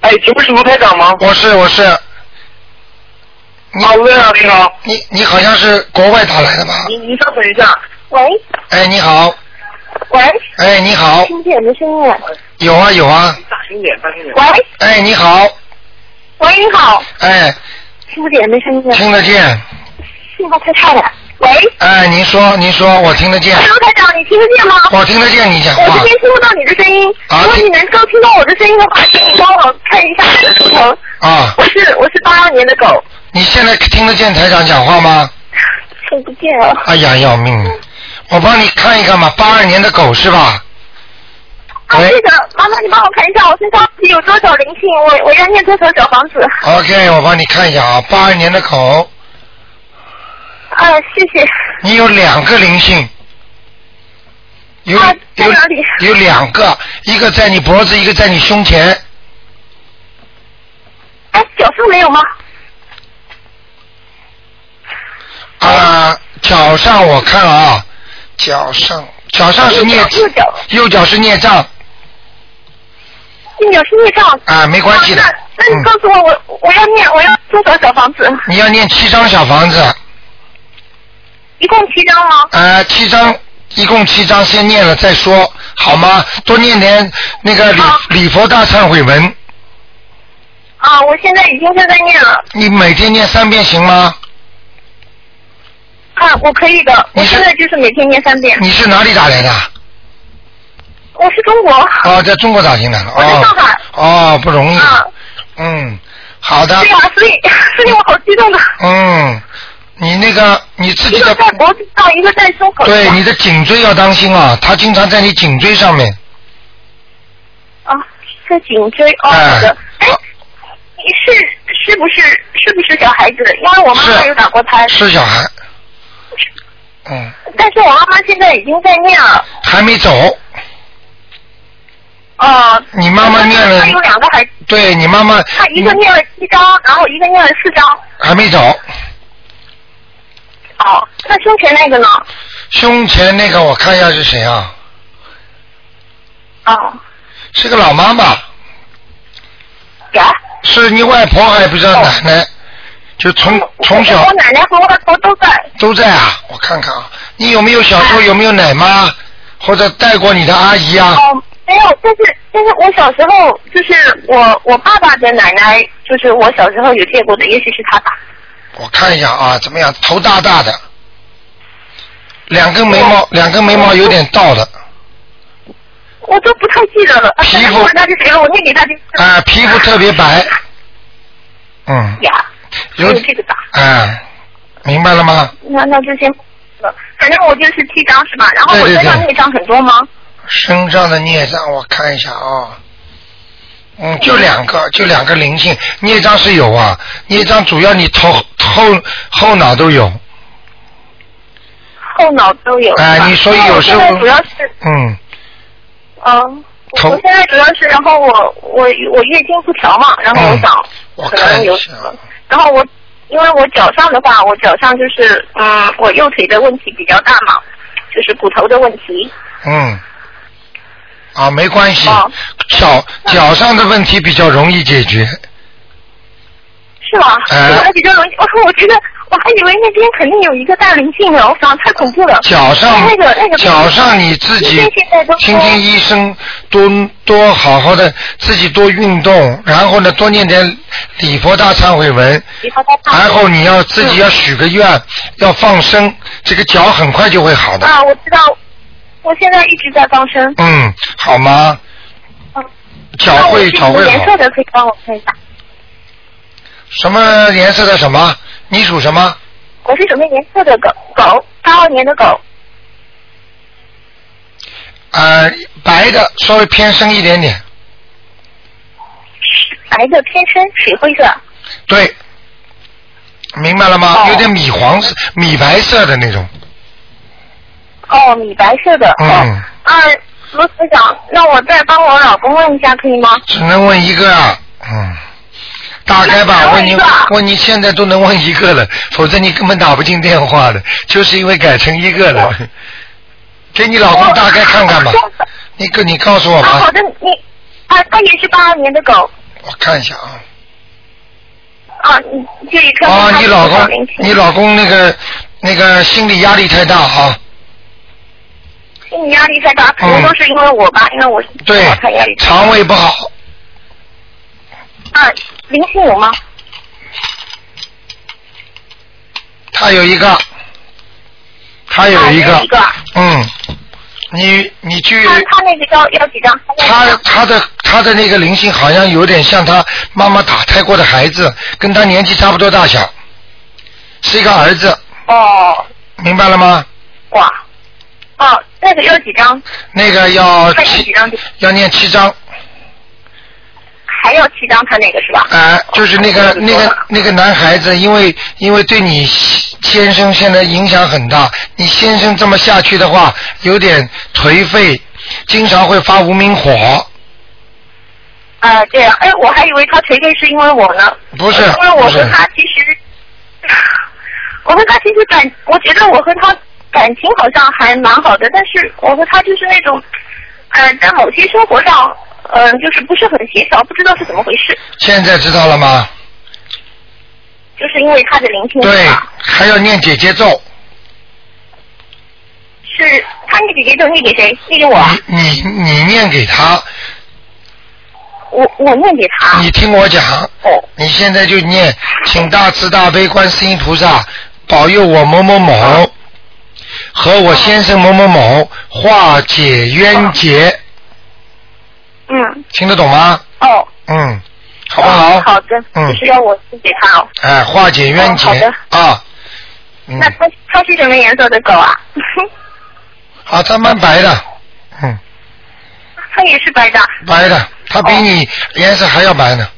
C: 哎，请问是卢台长吗？
A: 我是，我是。
C: 啊，卢台长你好。
A: 你你好像是国外打来的吧？
C: 你你稍等一下。喂。
A: 哎，你好。
C: 喂。
A: 哎，你好。
C: 听见没声音了？
A: 有啊有啊。
C: 大声点，大声点。
A: 喂。哎，你好。
C: 喂，你好。
A: 哎，
C: 听不见没声音了。啊
A: 听得见。
C: 信号太差了。喂。啊
A: 哎，您说您说，我听得见。
C: 卢哎台长，你听得见吗？
A: 我听得见你讲话
C: 我这边听不到你的声音。
A: 啊
C: 如果你能够听到我的声音的话，请你帮我看一下我的图腾。
A: 啊。
C: 我是我是八二年的狗，
A: 你现在听得见台长讲话吗？
C: 听不见哦了。
A: 哎呀，要命！我帮你看一看吧，八二年的狗是吧？
C: 啊，对的，麻烦你帮我看一下我身上有多少灵性，我我要念多少小房子？
A: OK，我帮你看一下啊，八二年的狗，
C: 啊，谢谢。
A: 你有两个灵性，有、
C: 啊
A: 有有两个，一个在你脖子，一个在你胸前。
C: 哎，小树没有吗？
A: 啊，脚上我看啊，脚上脚上是孽，
C: 右脚
A: 右脚是孽障
C: 右脚是孽障。
A: 啊，嗯没关系的
C: 啊那那你告诉我，我我要念我要多少小房子？
A: 你要念七张小房子，
C: 一共七张吗？
A: 啊，七张。一共七张，先念了再说，好吗？多念点那个礼礼佛大忏悔文，
C: 啊，我现在已经在在念了。
A: 你每天念三遍行吗？
C: 啊，我可以的，我现在就是每天念三遍。
A: 你是哪里打来的？
C: 我是中国。
A: 哦，在中国打进来了。哦，哦，不容易。嗯，好的。
C: 啊对呀、所以所以我好激动的，
A: 嗯，你那个你自己的
C: 在脖子上，一个在胸口上。
A: 对你的颈椎要当心啊，它经常在你颈椎上面。
C: 啊，在颈椎哦，好的。哎，你是是不是是不是小孩子？因为我妈妈有打过胎，
A: 是小孩。嗯，
C: 但是我妈妈现在已经在念了。
A: 还没走。
C: 哦。
A: 你妈妈念了
C: 她有两个孩子，
A: 对你妈妈
C: 她一个念了七张，然后一个念了四张。
A: 还没走。
C: 哦，那胸前那个呢？
A: 胸前那个我看一下是谁啊？
C: 哦，
A: 是个老妈妈。
C: 呀？哦
A: 是你外婆还不知道奶奶，就从从小
C: 我奶奶和外婆都在。
A: 都在啊。我看看啊，你有没有小时候有没有奶妈，或者带过你的阿姨啊？
C: 哦，没有，但是但是我小时候就是我我爸爸的奶奶，就是我小时候有见过的，也许是他吧。
A: 我看一下啊，怎么样？头大大的，两根眉毛，两根眉毛有点倒的，
C: 我都不太记得了。皮肤。那是谁了？我念给他听。
A: 啊、皮肤特别白，嗯，
C: 呀，
A: 有
C: 这个吧。
A: 哎、明白了吗？
C: 那那就先，反正我就是七张是吧？然后我
A: 对对
C: 身上
A: 对
C: 那张很多吗？
A: 身上的孽障，我看一下啊。嗯，就两个，就两个灵性孽障是有啊，孽障主要你头后后脑都有，
C: 后脑都有。
A: 哎
C: 是吧
A: 你所以
C: 那我
A: 有时
C: 现在
A: 候
C: 主要是
A: 嗯，
C: 嗯。
A: 头
C: 我现在主要是，然后我我我月经不调嘛，然后
A: 嗯
C: 我想、可能有什么，然后我因为我脚上的话，我脚上就是嗯，我右腿的问题比较大嘛，就是骨头的问题。
A: 嗯，啊，没关系，脚脚上的问题比较容易解决，
C: 是吗？
A: 哎
C: 我还比较容易，我我觉得我还以为那边肯定有一个大灵性呢，我想太恐怖了。
A: 脚上
C: 哎那个那个
A: 脚上你自己
C: 现在都
A: 听听医生，多多好好的自己多运动，然后呢多念点礼佛大忏悔文，然后你要自
C: 嗯
A: 己要许个愿，要放生，这个脚很快就会好的。
C: 啊，我知道，我现在一直在放生。
A: 嗯，好吗？脚
C: 哦那我
A: 会
C: 是
A: 脚
C: 什么
A: 会
C: 颜
A: 好。
C: 色的可以帮我看一下？
A: 什么颜色的什么？你属什么？
C: 我是什么颜色的狗？狗，八二年的狗。
A: 呃，白的，稍微偏深一点点。
C: 白的偏深，水灰色。
A: 对，明白了吗？有点米黄色、米白色的那种。
C: 哦，米白色的。
A: 嗯，
C: 啊，罗司长，那我再帮我老公问一下，可以吗？
A: 只能问一个啊。嗯，大概吧。问你问你现在都能问一个了，否则你根本打不进电话的，就是因为改成一个
C: 哦
A: 了。给你老公大概看看吧。你跟你告诉我
C: 啊，
A: 吧
C: 哦好，的，你啊，他也是八二年的狗
A: 我看一下啊。
C: 啊，你这一个
A: 啊，你老公，你老公那个那个心理压力太大啊。
C: 心理压力太大，
A: 嗯
C: 可能都是因为我吧，因为我是
A: 对
C: 我哦太压力，大
A: 肠胃不好，
C: 啊，灵性有吗？
A: 他有一个，他有一个，
C: 啊有一个
A: 嗯，你你去，
C: 他他那个要要几张？
A: 他他的他的那个灵性好像有点像他妈妈打胎过的孩子，跟他年纪差不多大小，是一个儿子。
C: 哦。
A: 明白了吗？
C: 哇，哦，那个要几张？
A: 那个要
C: 还有
A: 七
C: 几张？
A: 要念七章，
C: 还要七张，他那个是吧？
A: 哎、就是那个那个那个男孩子，因为因为对你先生现在影响很大，你先生这么下去的话，有点颓废，经常会发无名火。
C: 啊，这样，哎，我还以为他颓废是因为我呢。
A: 不是
C: 因为我
A: 不是
C: 和他其实，我和他其实感，我觉得我和他感情好像还蛮好的，但是我和他就是那种，呃，在某些生活上，嗯、就是不是很协调，不知道是怎么回事，
A: 现在知道了吗？
C: 就是因为他的聆听
A: 对，还要念姐姐咒。
C: 是他那姐姐就念给谁？念给我啊，
A: 你你你念给他，
C: 我我念给他。哦
A: 你听我讲。你现在就念，请大慈大悲观世音菩萨保佑我某某某和我先生某某某化解冤结，
C: 嗯，
A: 听得懂吗？
C: 哦，
A: 嗯，好不好？
C: 好的，
A: 嗯
C: 就是要我念给他哦。
A: 哎，化解冤结、
C: 哦好的
A: 啊嗯
C: 那他他是什么颜色的狗啊？
A: 啊，他蛮白的，
C: 他也是白的。
A: 白的，他
C: 哦
A: 比你颜色还要白呢，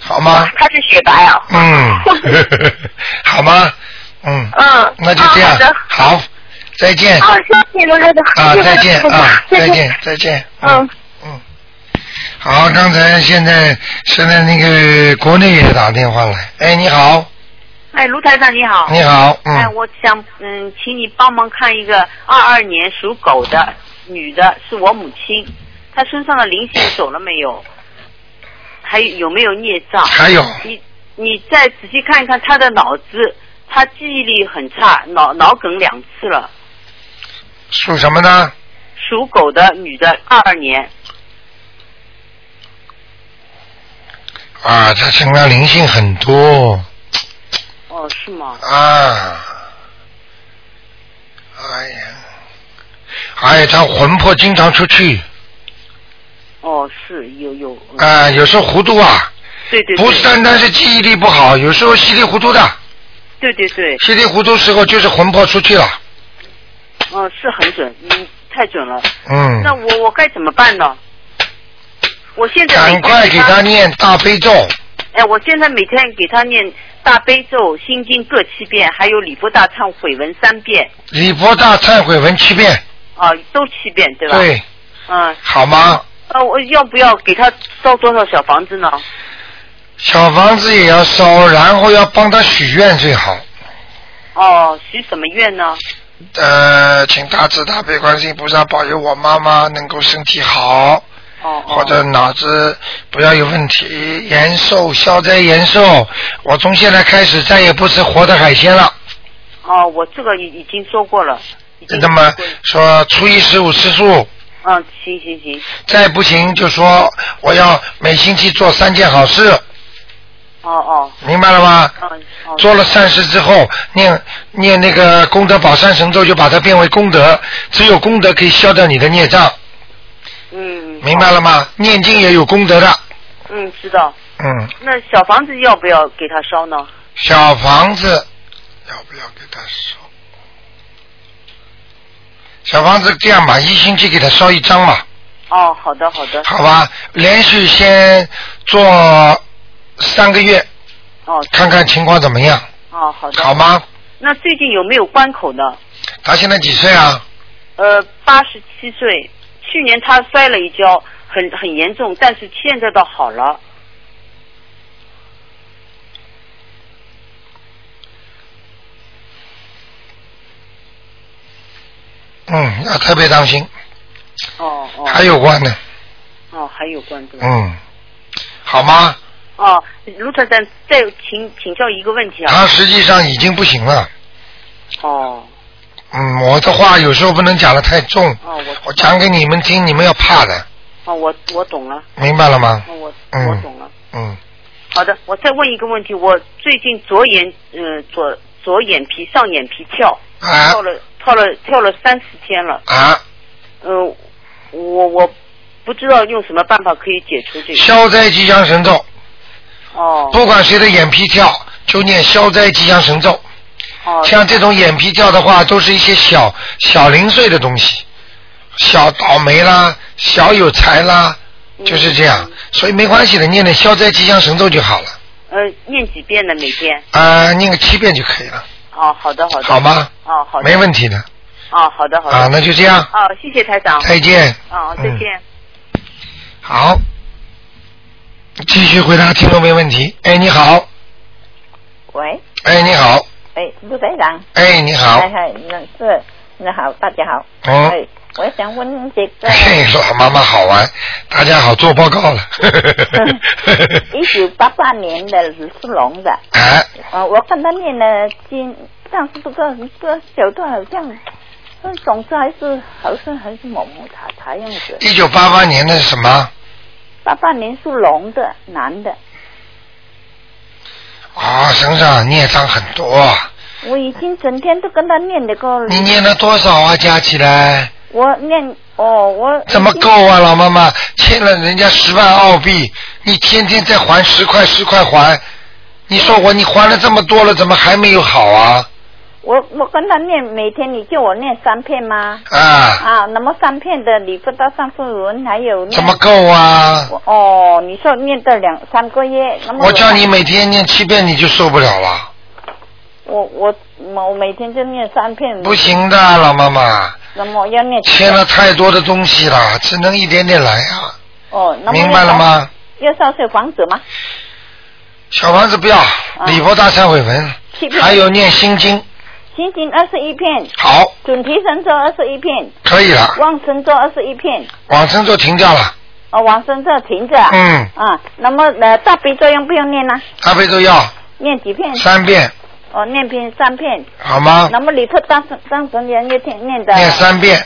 A: 好吗？
C: 他是雪白啊。
A: 嗯，好吗？嗯，
C: 嗯，
A: 那就这样，
C: 啊、
A: 好，再见。
C: 好的。啊，谢谢罗台长。
A: 啊，
C: 谢谢
A: 再见
C: 罗台长
A: 啊，
C: 谢谢
A: 再见，再见。
C: 嗯。
A: 好，刚才现在现在那个国内也打电话来，哎，你好，
K: 哎，卢台长你好。
A: 你好嗯
K: 哎，我想嗯，请你帮忙看一个二二年属狗的女的，是我母亲，她身上的灵性走了没有？还有有没有孽障？
A: 还有
K: 你你再仔细看一看她的脑子，她记忆力很差，脑脑梗两次了。
A: 属什么呢？
K: 属狗的女的，二二年。
A: 啊，他身上灵性很多
K: 哦，是吗？
A: 啊。哎呀，哎呀，他魂魄经常出去
K: 哦，是有有。
A: 啊，有时候糊涂啊，
K: 对对对。
A: 不是单单是记忆力不好，有时候稀里糊涂的，
K: 对对对。
A: 稀里糊涂时候就是魂魄出去了。
K: 嗯，是很准，嗯，太准了。
A: 嗯
K: 那我我该怎么办呢？我现在
A: 赶
K: 每天
A: 快给他念大悲咒，
K: 哎，我现在每天给他念大悲咒、心经各七遍，还有礼佛大忏悔文三遍，
A: 礼佛大忏悔文七遍，
K: 啊，都七遍，对吧？
A: 对，
K: 嗯。
A: 好吗？
K: 呃，我要不要给他烧多少小房子呢？
A: 小房子也要烧，然后要帮他许愿最好。
K: 哦，许什么愿呢？
A: 呃，请大慈大悲观世音菩萨保佑我妈妈能够身体好，
K: 哦
A: 或者脑子不要有问题，延寿消灾延寿。我从现在开始再也不吃活的海鲜了。
K: 哦，我这个已已经说过了。
A: 那么说初一十五吃素，
K: 嗯，行行行。
A: 再不行就说我要每星期做三件好事，
K: 哦哦。
A: 明白了吗？
K: 嗯。哦
A: 做了善事之后，念念那个功德宝山神咒，就把它变为功德，只有功德可以消掉你的孽障。
K: 嗯。
A: 明白了吗？念经也有功德的。
K: 嗯，知道。
A: 嗯，
K: 那小房子要不要给他烧呢？
A: 小房子要不要给他烧？小房子这样吧，一星期给他烧一张嘛，
K: 哦，好的好的。
A: 好吧？连续先做三个月，
K: 哦。
A: 看看情况怎么样，
K: 哦，好的。
A: 好？吗？
K: 那最近有没有关口呢？
A: 他现在几岁啊？
K: 呃，八十七岁，去年他摔了一跤，很很严重，但是现在倒好了。
A: 嗯，要特别当心，
K: 哦哦。
A: 还有关呢。
K: 哦，还有关的。
A: 嗯，好吗？
K: 哦，卢特长，再请请教一个问题啊。
A: 他实际上已经不行了。
K: 哦
A: 嗯，我的话有时候不能讲的太重，
K: 哦，我
A: 我讲给你们听，你们要怕的，
K: 哦我我懂了。
A: 明白了吗？
K: 哦我
A: 嗯
K: 我懂了。
A: 嗯，
K: 好的，我再问一个问题，我最近左眼呃左左眼皮上眼皮跳，
A: 啊
K: 跳了跳了跳了三四天了。
A: 啊。
K: 呃，我我不知道用什么办法可以解除这个。
A: 消灾吉祥神咒，
K: 哦
A: 不管谁的眼皮跳，就念消灾吉祥神咒。
K: 哦。
A: 像这种眼皮跳的话，都是一些小小零碎的东西，小倒霉啦，小有财啦，
K: 嗯
A: 就是这样。所以没关系的，念念消灾吉祥神咒就好了，
K: 呃，念几遍呢？每天？
A: 啊，念个七遍就可以了，
K: 哦，好的，好的。
A: 好吗？
K: 哦，好的。
A: 没问题的。
K: 哦，好的，好的。
A: 啊那就这样
K: 哦，谢谢台长。
A: 再见
K: 哦，再见。
A: 好，继续回答听众没问题。哎，你好，
L: 喂，
A: 哎，你好，
L: 哎，陆台长。
A: 哎你好
L: 哎嗨，那是，那好，大家好。
A: 嗯
L: 哎，我想问呃这个
A: 嘿，老妈妈好玩，大家好，做报告了。
L: 一九八八年的属龙的。
A: 哎。
L: 呃，我看他念了经，但是这个这个小段好像，呃总之还是好像还是模模查查样子。
A: 一九八八年的什么？
L: 八八年属龙的男的，
A: 啊、身上孽障很多啊，
L: 我已经整天都跟他念这个。
A: 你念了多少啊？加起来
L: 我念哦，我
A: 怎么够啊？老妈妈欠了人家十万澳币，你天天在还十块十块还，你说我你还了这么多了，怎么还没有好啊？
L: 我我跟他念，每天你叫我念三片吗？
A: 啊
L: 啊，那么三片的礼佛大上分文还有念
A: 怎么够啊？
L: 我哦，你说念到两三个月，那么
A: 我叫你每天念七遍，你就受不了了。
L: 我我我每天就念三片，
A: 不行的，老妈妈，
L: 那么要念
A: 欠了太多的东西了，只能一点点来啊，
L: 哦，那么
A: 明白了吗？
L: 要烧？要烧小房子吗？
A: 小房子不要，礼佛大忏悔文
L: 啊七，遍
A: 还有念心经，
L: 心经二十一片，
A: 好，
L: 准提神咒二十一片，
A: 可以了
L: 往生咒二十一片，
A: 往生咒停掉了，
L: 哦，往生咒停着。
A: 嗯。
L: 啊，那么呃，大悲咒用不用念呢、啊
A: 大悲咒要
L: 念几片？
A: 三。遍，
L: 哦，念片三片。
A: 好吗
L: 嗯那么礼佛当时当时人也念念的。
A: 念三。遍，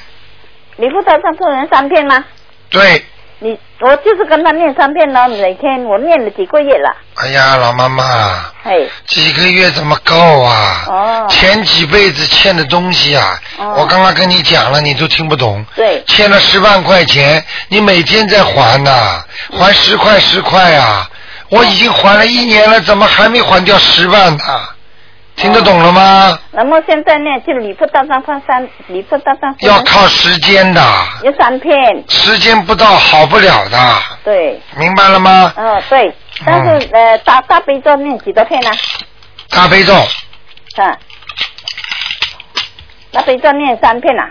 L: 礼佛当当人三遍吗？
A: 对，
L: 你我就是跟他念三遍了，每天我念了几个月了，
A: 哎呀，老妈妈，
L: 哎，
A: 几个月怎么够啊？
L: 哦，
A: 前几辈子欠的东西啊，我刚刚跟你讲了，你都听不懂。
L: 对，
A: 欠了十万块钱，你每天在还呐、
L: 嗯
A: 还十块十块啊！我已经还了一年
L: 嗯
A: 了，怎么还没还掉十万呢、听得懂了吗？
L: 那么现在呢，就礼佛当当放三，礼佛当当
A: 要靠时间的，
L: 有三片，
A: 时间不到好不了的，
L: 对，
A: 明白了吗？嗯
L: 哦对，但是、呃大大悲咒念几多片呢、
A: 大悲咒
L: 啊？大悲咒念三片啊，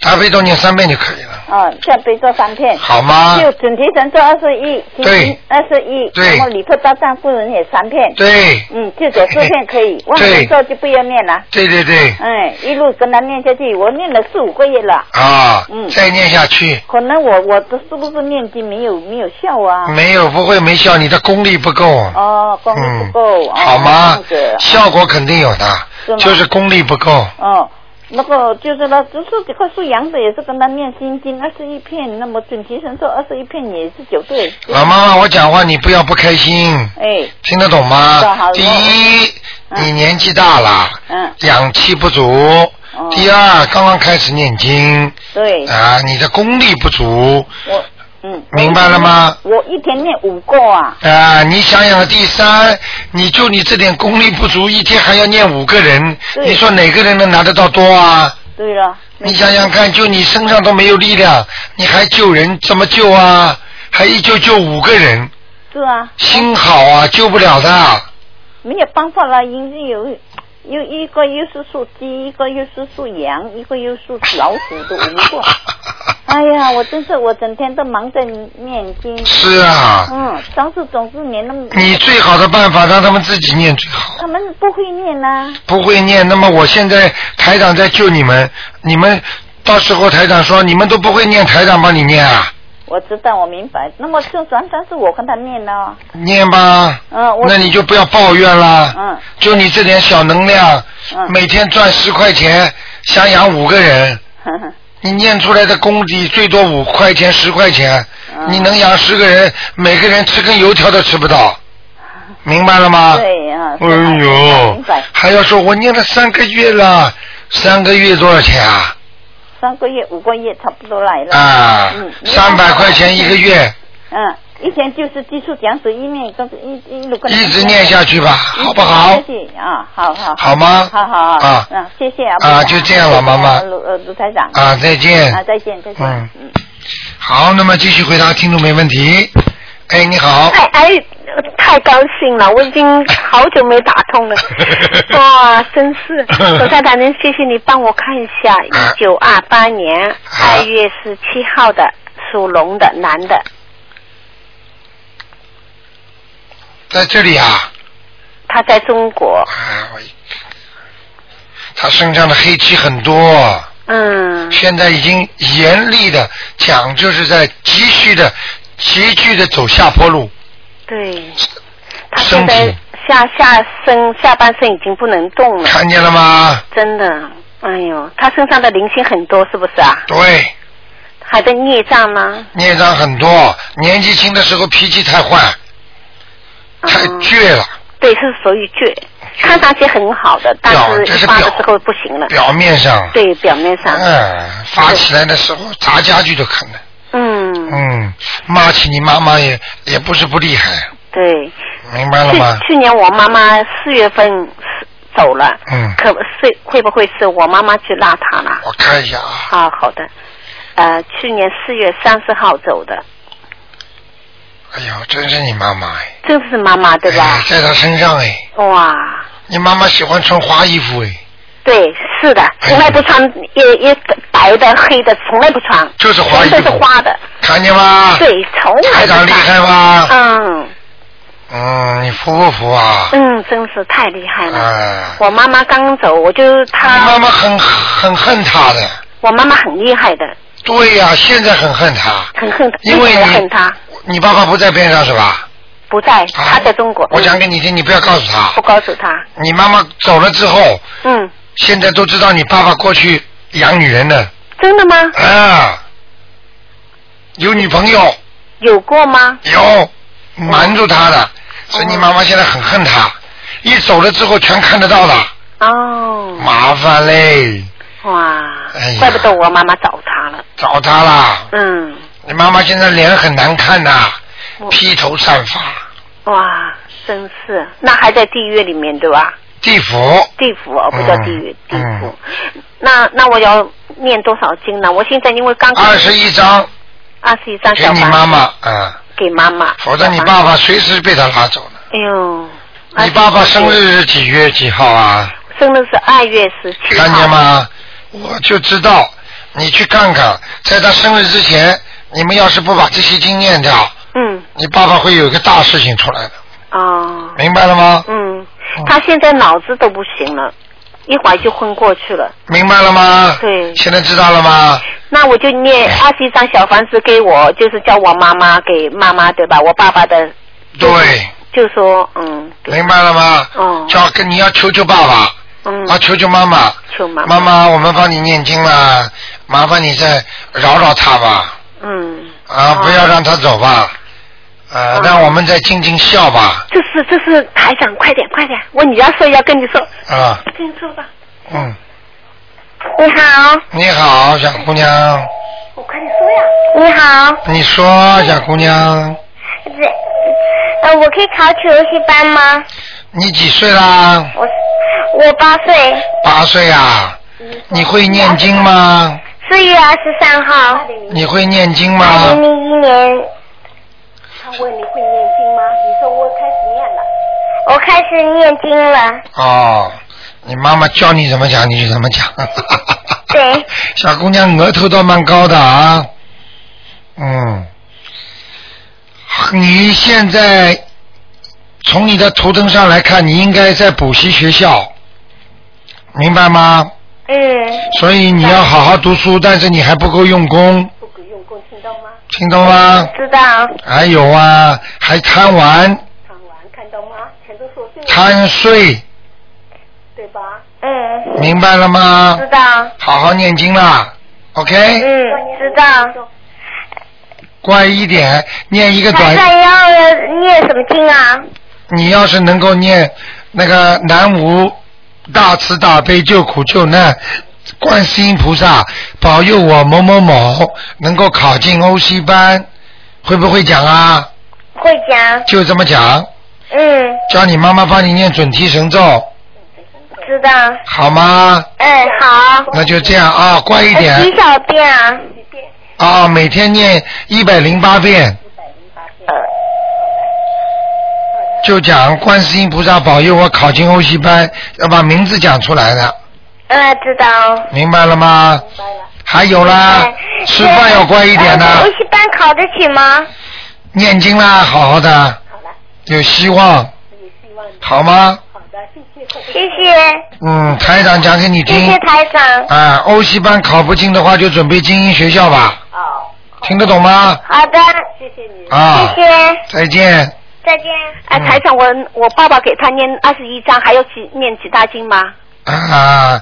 A: 大悲咒念三遍就可以了。
L: 哦，大悲咒三片，
A: 好吗
L: 就准提神咒二十一，心
A: 对
L: 经二十一，
A: 对
L: 那么礼佛当当夫人也三片，
A: 对
L: 嗯，就这四片 可以，往生咒就不要念了。
A: 对对对，
L: 哎，一路跟他念下去，我念了四五个月了。
A: 啊，
L: 嗯，
A: 再念下去，
L: 可能我我的是不是念经没有没有效啊？
A: 没有不会没效，你的功力不够，
L: 哦，功力不够。哦
A: 嗯好吗
L: 这样子？
A: 效果肯定有的
L: 是吗，
A: 就是功力不够。
L: 哦，那个就是那就是这块素阳的也是跟他念心经二十一片，那么准提神咒二十一片也是九对。
A: 老妈妈，我讲话你不要不开心，
L: 哎，
A: 听得懂
L: 知道好
A: 吗？
L: 了
A: 第一，你年纪大了，
L: 嗯，哦
A: 氧气不足。第二，刚刚开始念经
L: 对，
A: 啊，你的功力不足
L: 我嗯，
A: 明白了吗？
L: 我一天念五个啊。
A: 啊。你想想，第三，你就你这点功力不足，一天还要念五个人，
L: 对
A: 你说哪个人能拿得到多啊？
L: 对了，
A: 你想想看，就你身上都没有力量，你还救人怎么救啊？还一救救五个人，
L: 是啊，
A: 心好啊，救不了的。
L: 没有办法了，因为有有一个又是属鸡，一个又是属羊，一个又是老鼠的无 过。哎呀，我真是我整天都忙着念经。
A: 是啊
L: 嗯，但是总是连那么。
A: 你最好的办法让他们自己念最好，
L: 他们不会念啊呐、
A: 不会念。那么我现在台长在救你们，你们到时候台长说你们都不会念，台长帮你念啊，
L: 我知道，我明白。那么就转转是我跟他念了、哦。
A: 念吧。
L: 嗯，我
A: 那你就不要抱怨啦。
L: 嗯。
A: 就你这点小能量，
L: 嗯
A: 每天赚十块钱，想养五个 人，你念出来的功底最多五块钱、十块钱，
L: 嗯
A: 你能养十个人，每个人吃根油条都吃不 到，明白了吗？
L: 对啊。
A: 哎呦，还要说我念了三个月了，三个月多少钱啊？
L: 三个月、五个月差不多来了。
A: 啊
L: 嗯，，
A: 三百块钱一个月，
L: 嗯，一天就是基础讲解一念，跟一一路跟
A: 一直念下去吧好不好
L: 谢谢啊，好好。
A: 好吗
L: 好好好
A: 啊
L: 嗯，谢谢啊。
A: 啊
L: 部长
A: 就这样了妈妈
L: 谢谢啊卢呃卢台长。
A: 啊再见
L: 啊，再见，再见。
A: 嗯，好，那么继续回答听众没问题。哎，你好，
M: 哎哎，太高兴了，我已经好久没打 通了，哇，真是！我在台能谢谢你帮我看一下，
A: 啊
M: 一九二八年二月十七号的属龙的男的，
A: 在这里啊，哎
M: 他在中国，
A: 他身上的黑气很多。
M: 嗯。
A: 现在已经严厉的讲，就是在急需的、急剧的走下坡路，
M: 对，他现在
A: 身
M: 下下身下半身已经不能动了，
A: 看见了吗？
M: 真的，哎呦，他身上的灵性很多，是不是啊？
A: 对，
M: 还在孽障吗？
A: 孽障很多。年纪轻的时候脾气太坏，太倔了，
M: 对，是属于倔，看上去很好的，但
A: 表
M: 是
A: 这是
M: 一发的
A: 表
M: 时候不行了。
A: 表面上
M: 对，表面上。
A: 嗯，发起来的时候砸家具都可能。
M: 嗯，
A: 嗯，骂起你妈妈也也不是不厉害，
M: 对。
A: 明白了吗？
M: 去去年我妈妈四月份是走了，
A: 嗯，
M: 可是会不会是我妈妈去拉她了？
A: 我看一下啊，
M: 啊，好的。呃，去年四月三十号走的，
A: 哎呦，真是你妈妈哎，
M: 正是妈妈对吧？
A: 在她身上哎，
M: 哇，
A: 你妈妈喜欢穿花衣服哎，
M: 对，是的，从来不穿，也也白的、黑的，从来不穿，
A: 就是花衣
M: 全
A: 服啊
M: 都是花的。
A: 看见吗？
M: 对，从
A: 台
M: 来不穿。
A: 长厉害吗
M: 嗯，
A: 嗯，你服不服啊？
M: 嗯，真是太厉害了。
A: 哎，
M: 我妈妈刚走，我就她。
A: 妈妈很很恨他的。
M: 我妈妈很厉害的，
A: 对呀、现在很恨他。
M: 很恨，
A: 因为
M: 非常
A: 你
M: 地恨她，
A: 你爸爸不在边上是吧？
M: 不在，她在中国。
A: 啊我讲给你听，你不要告诉他
M: 不。告诉她。
A: 你妈妈走了之后，
M: 嗯，
A: 现在都知道你爸爸过去养女人的
M: 真的吗？
A: 啊，有女朋友，
M: 有过吗？
A: 有瞒住他的，所以你妈妈现在很恨他。一走了之后，全看得到的，
M: 哦，
A: 麻烦嘞，
M: 哇
A: 哎呀，
M: 怪不得我妈妈找她了。
A: 找他啦！
M: 嗯，
A: 你妈妈现在脸很难看呐、
M: 哦
A: 披头散发，
M: 哇，真是，那还在地狱里面对吧？
A: 地府。
M: 地府哦，不叫地狱。
A: 嗯，
M: 那那我要念多少经呢？我现在因为刚
A: 二十一张
M: 二十一张
A: 给
M: 小
A: 你
M: 房子
A: 妈妈，嗯，
M: 给妈妈，
A: 否则你
M: 小
A: 爸
M: 房
A: 爸
M: 子
A: 随时被他拉走了。
M: 哎呦，
A: 你爸爸生日是几月几号啊？
M: 生日是二月十七
A: 看见吗？我就知道，你去看看，在他生日之前，你们要是不把这些经念掉，
M: 嗯，
A: 你爸爸会有一个大事情出来的，
M: 哦，
A: 明白了吗？
M: 嗯，
A: 哦
M: 他现在脑子都不行了，一会儿就昏过去了。
A: 明白了吗？
M: 对，
A: 现在知道了吗？
M: 那我就念二十一张小房子给我，就是叫我妈妈给妈妈对吧？我爸爸的
A: 对，
M: 就说嗯
A: 明白了吗？
M: 哦
A: 叫跟你要求求爸爸，
M: 嗯，
A: 啊，求求妈妈，
M: 求妈
A: 妈妈，我们帮你念经了，麻烦你再饶饶他吧，
M: 嗯，
A: 啊，不要让他走吧，呃，让我们再尽尽孝吧，
M: 这是这是台长，快点快点，我女儿说要跟你说，
A: 啊，
M: 跟你说吧。
A: 嗯，
M: 你好，
A: 你好，小姑娘，
M: 我快点说呀。你好，
A: 你说，小姑娘，
N: 呃，我可以考取游戏班吗？
A: 你几岁啦？
N: 我八岁，
A: 八岁啊？
M: 嗯
A: 你会念经吗？
N: 四月二十三号，
M: 嗯
A: 你会念经
N: 二
A: 吗
N: 零？零一年，
F: 他问你会念经吗？你说我开始念
N: 我开
F: 了。
N: 始念经了。
A: 哦，你妈妈教你怎么讲你就怎么讲。
N: 对，
A: 小姑娘额头倒蛮高的啊，嗯，你现在从你的图腾上来看，你应该在补习学校，明白吗？
N: 嗯，
A: 所以你要好好读书，但是你还不够用功。不够用功，听懂吗？听懂吗？
N: 知道。
A: 还有啊，还贪玩。贪玩，看懂吗？全都说贪睡，
N: 嗯。
A: 明白了吗
N: 知道。
A: 好好念经啦。OK，、
N: 嗯，知道。
A: 乖一点，念一个
N: 台
A: 短。
N: 上要念什么经啊？
A: 你要是能够念那个南无大慈大悲救苦救难观世音菩萨保佑我某某某能够考进欧西班，会不会讲啊？
N: 会讲。
A: 就这么讲，
N: 嗯，
A: 叫你妈妈帮你念准提神咒，
N: 知道。
A: 好吗？
N: 嗯，好。
A: 那就这样啊，乖一
N: 呃
A: 点
N: 几小遍啊？
A: 啊，每天念一百零八遍。就讲观世音菩萨保佑我考进欧西班，要把名字讲出来的，
N: 呃，知道。
A: 明白了吗？还有啦，吃饭要乖一点
N: 呃
A: 呐
N: 游，戏班考得起吗？
A: 念经啦，好好的，有希望，好吗？
N: 谢谢，
A: 嗯，台长讲给你
N: 谢
A: 听
N: 谢，台长。
A: 啊，欧西班考不进的话，就准备精英学校吧。听得懂吗？
N: 好的，
A: 啊，
M: 哦
A: 嗯
M: 谢谢。
A: 再见。
N: 再见。
M: 哎，台长，我我爸爸给他念二十一章，还要几念几大经吗？
A: 啊，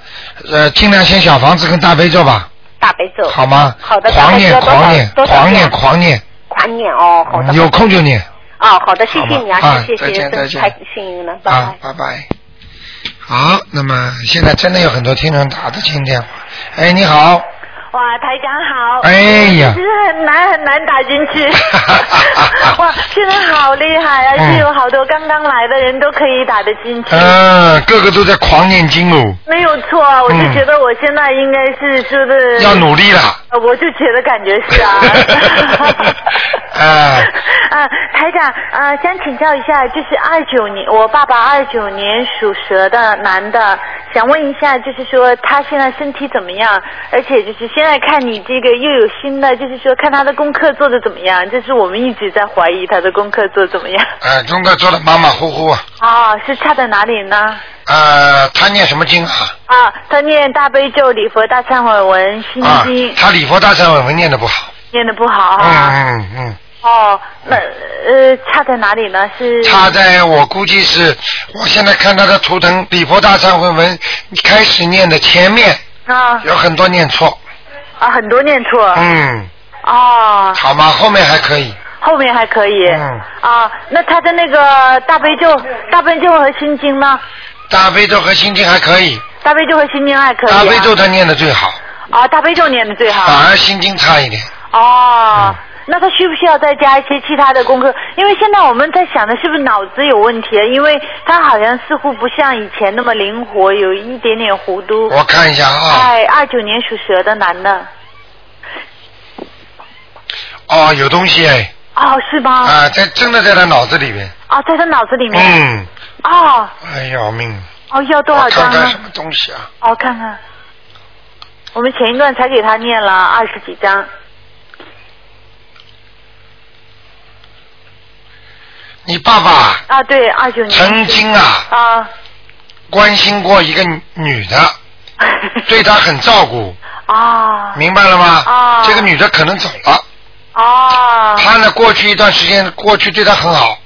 A: 呃，尽量先小房子跟大悲咒吧，
M: 大悲咒。
A: 好吗？
M: 好的，大
A: 狂
M: 悲咒
A: 念，
M: 哎多少
A: 狂念，
M: 多少
A: 狂念，
M: 遍
A: 狂念，
M: 狂念哦，好的。
A: 嗯有空就念。
M: 哦，好的，谢谢你
A: 好
M: 啊，
A: 吧
M: 谢谢
A: 啊再见
M: 谢
A: 再
M: 谢，
A: 见
M: 太幸运了，拜拜
A: 啊。，拜拜。好，那么现在真的有很多听众打得进电话。哎，你好，
O: 哇，台长好！
A: 哎呀
O: 其实很难很难打进 去。哇，现在好厉害，而且有好多刚刚来的人都可以打得进去。
A: 嗯，个嗯个都在狂念经哦，
O: 没有错啊，我就觉得我现在应该是说的
A: 要努力了。
O: 呃我就觉得感觉是啊，
A: 哎，
P: 啊，台长啊，呃想请教一下，就是二九年，我爸爸二九年属蛇的男的，想问一下，就是说他现在身体怎么样？而且就是现在看你这个又有新的，就是说看他的功课做的怎么样？这是我们一直在怀疑他的功课做的怎么样。
A: 呃，中国做的马马虎虎啊。
P: 哦，是差在哪里呢？
A: 呃，他念什么经啊？
P: 啊，他念大悲咒、礼佛大忏悔文、心
A: 啊
P: 经，，
A: 他礼佛大忏悔文念的不好。
P: 念的不好
A: 嗯
P: 啊。
A: 嗯嗯，
P: 哦，那呃，差在哪里呢？是
A: 他在我估计是，我现在看他的图腾，礼佛大忏悔文开始念的前面
P: 啊
A: 有很多念错，
P: 啊，很多念错。
A: 嗯，
P: 哦，
A: 好吗？后面还可以。
P: 后面还可以。
A: 嗯。
P: 啊，那他的那个大悲咒、大悲咒和心经呢？
A: 大悲咒和心经还可以，
P: 大悲咒和心经还可以、啊。
A: 大悲咒他念的最好，
P: 啊，大悲咒念的最好。
A: 反而心经差一点。
P: 哦。那他需不需要再加一些其他的功课？因为现在我们在想的是不是脑子有问题啊？因为他好像似乎不像以前那么灵活，有一点点糊涂。
A: 我看一下啊
P: 哎，二九年属蛇的男的。
A: 哦，有东西哎，
P: 哦，是吗？
A: 啊，在真的在他脑子里面。
P: 哦，在他脑子里面。。
A: 嗯，
P: 哦
A: 哎要命！
P: 哦，要多少张
A: 看看
P: 呢
A: 什？么东西啊？
P: 哦，看看。我们前一段才给他念了二十几张。
A: 你爸爸
P: 啊，对，二九年。
A: 曾经啊。
P: 啊
A: 关心过一个女 的，对她很照顾，
P: 啊
A: 明白了吗？
P: 啊
A: 这个女的可能走了。
P: 啊。
A: 他呢，过去一段时间，过去对她很好。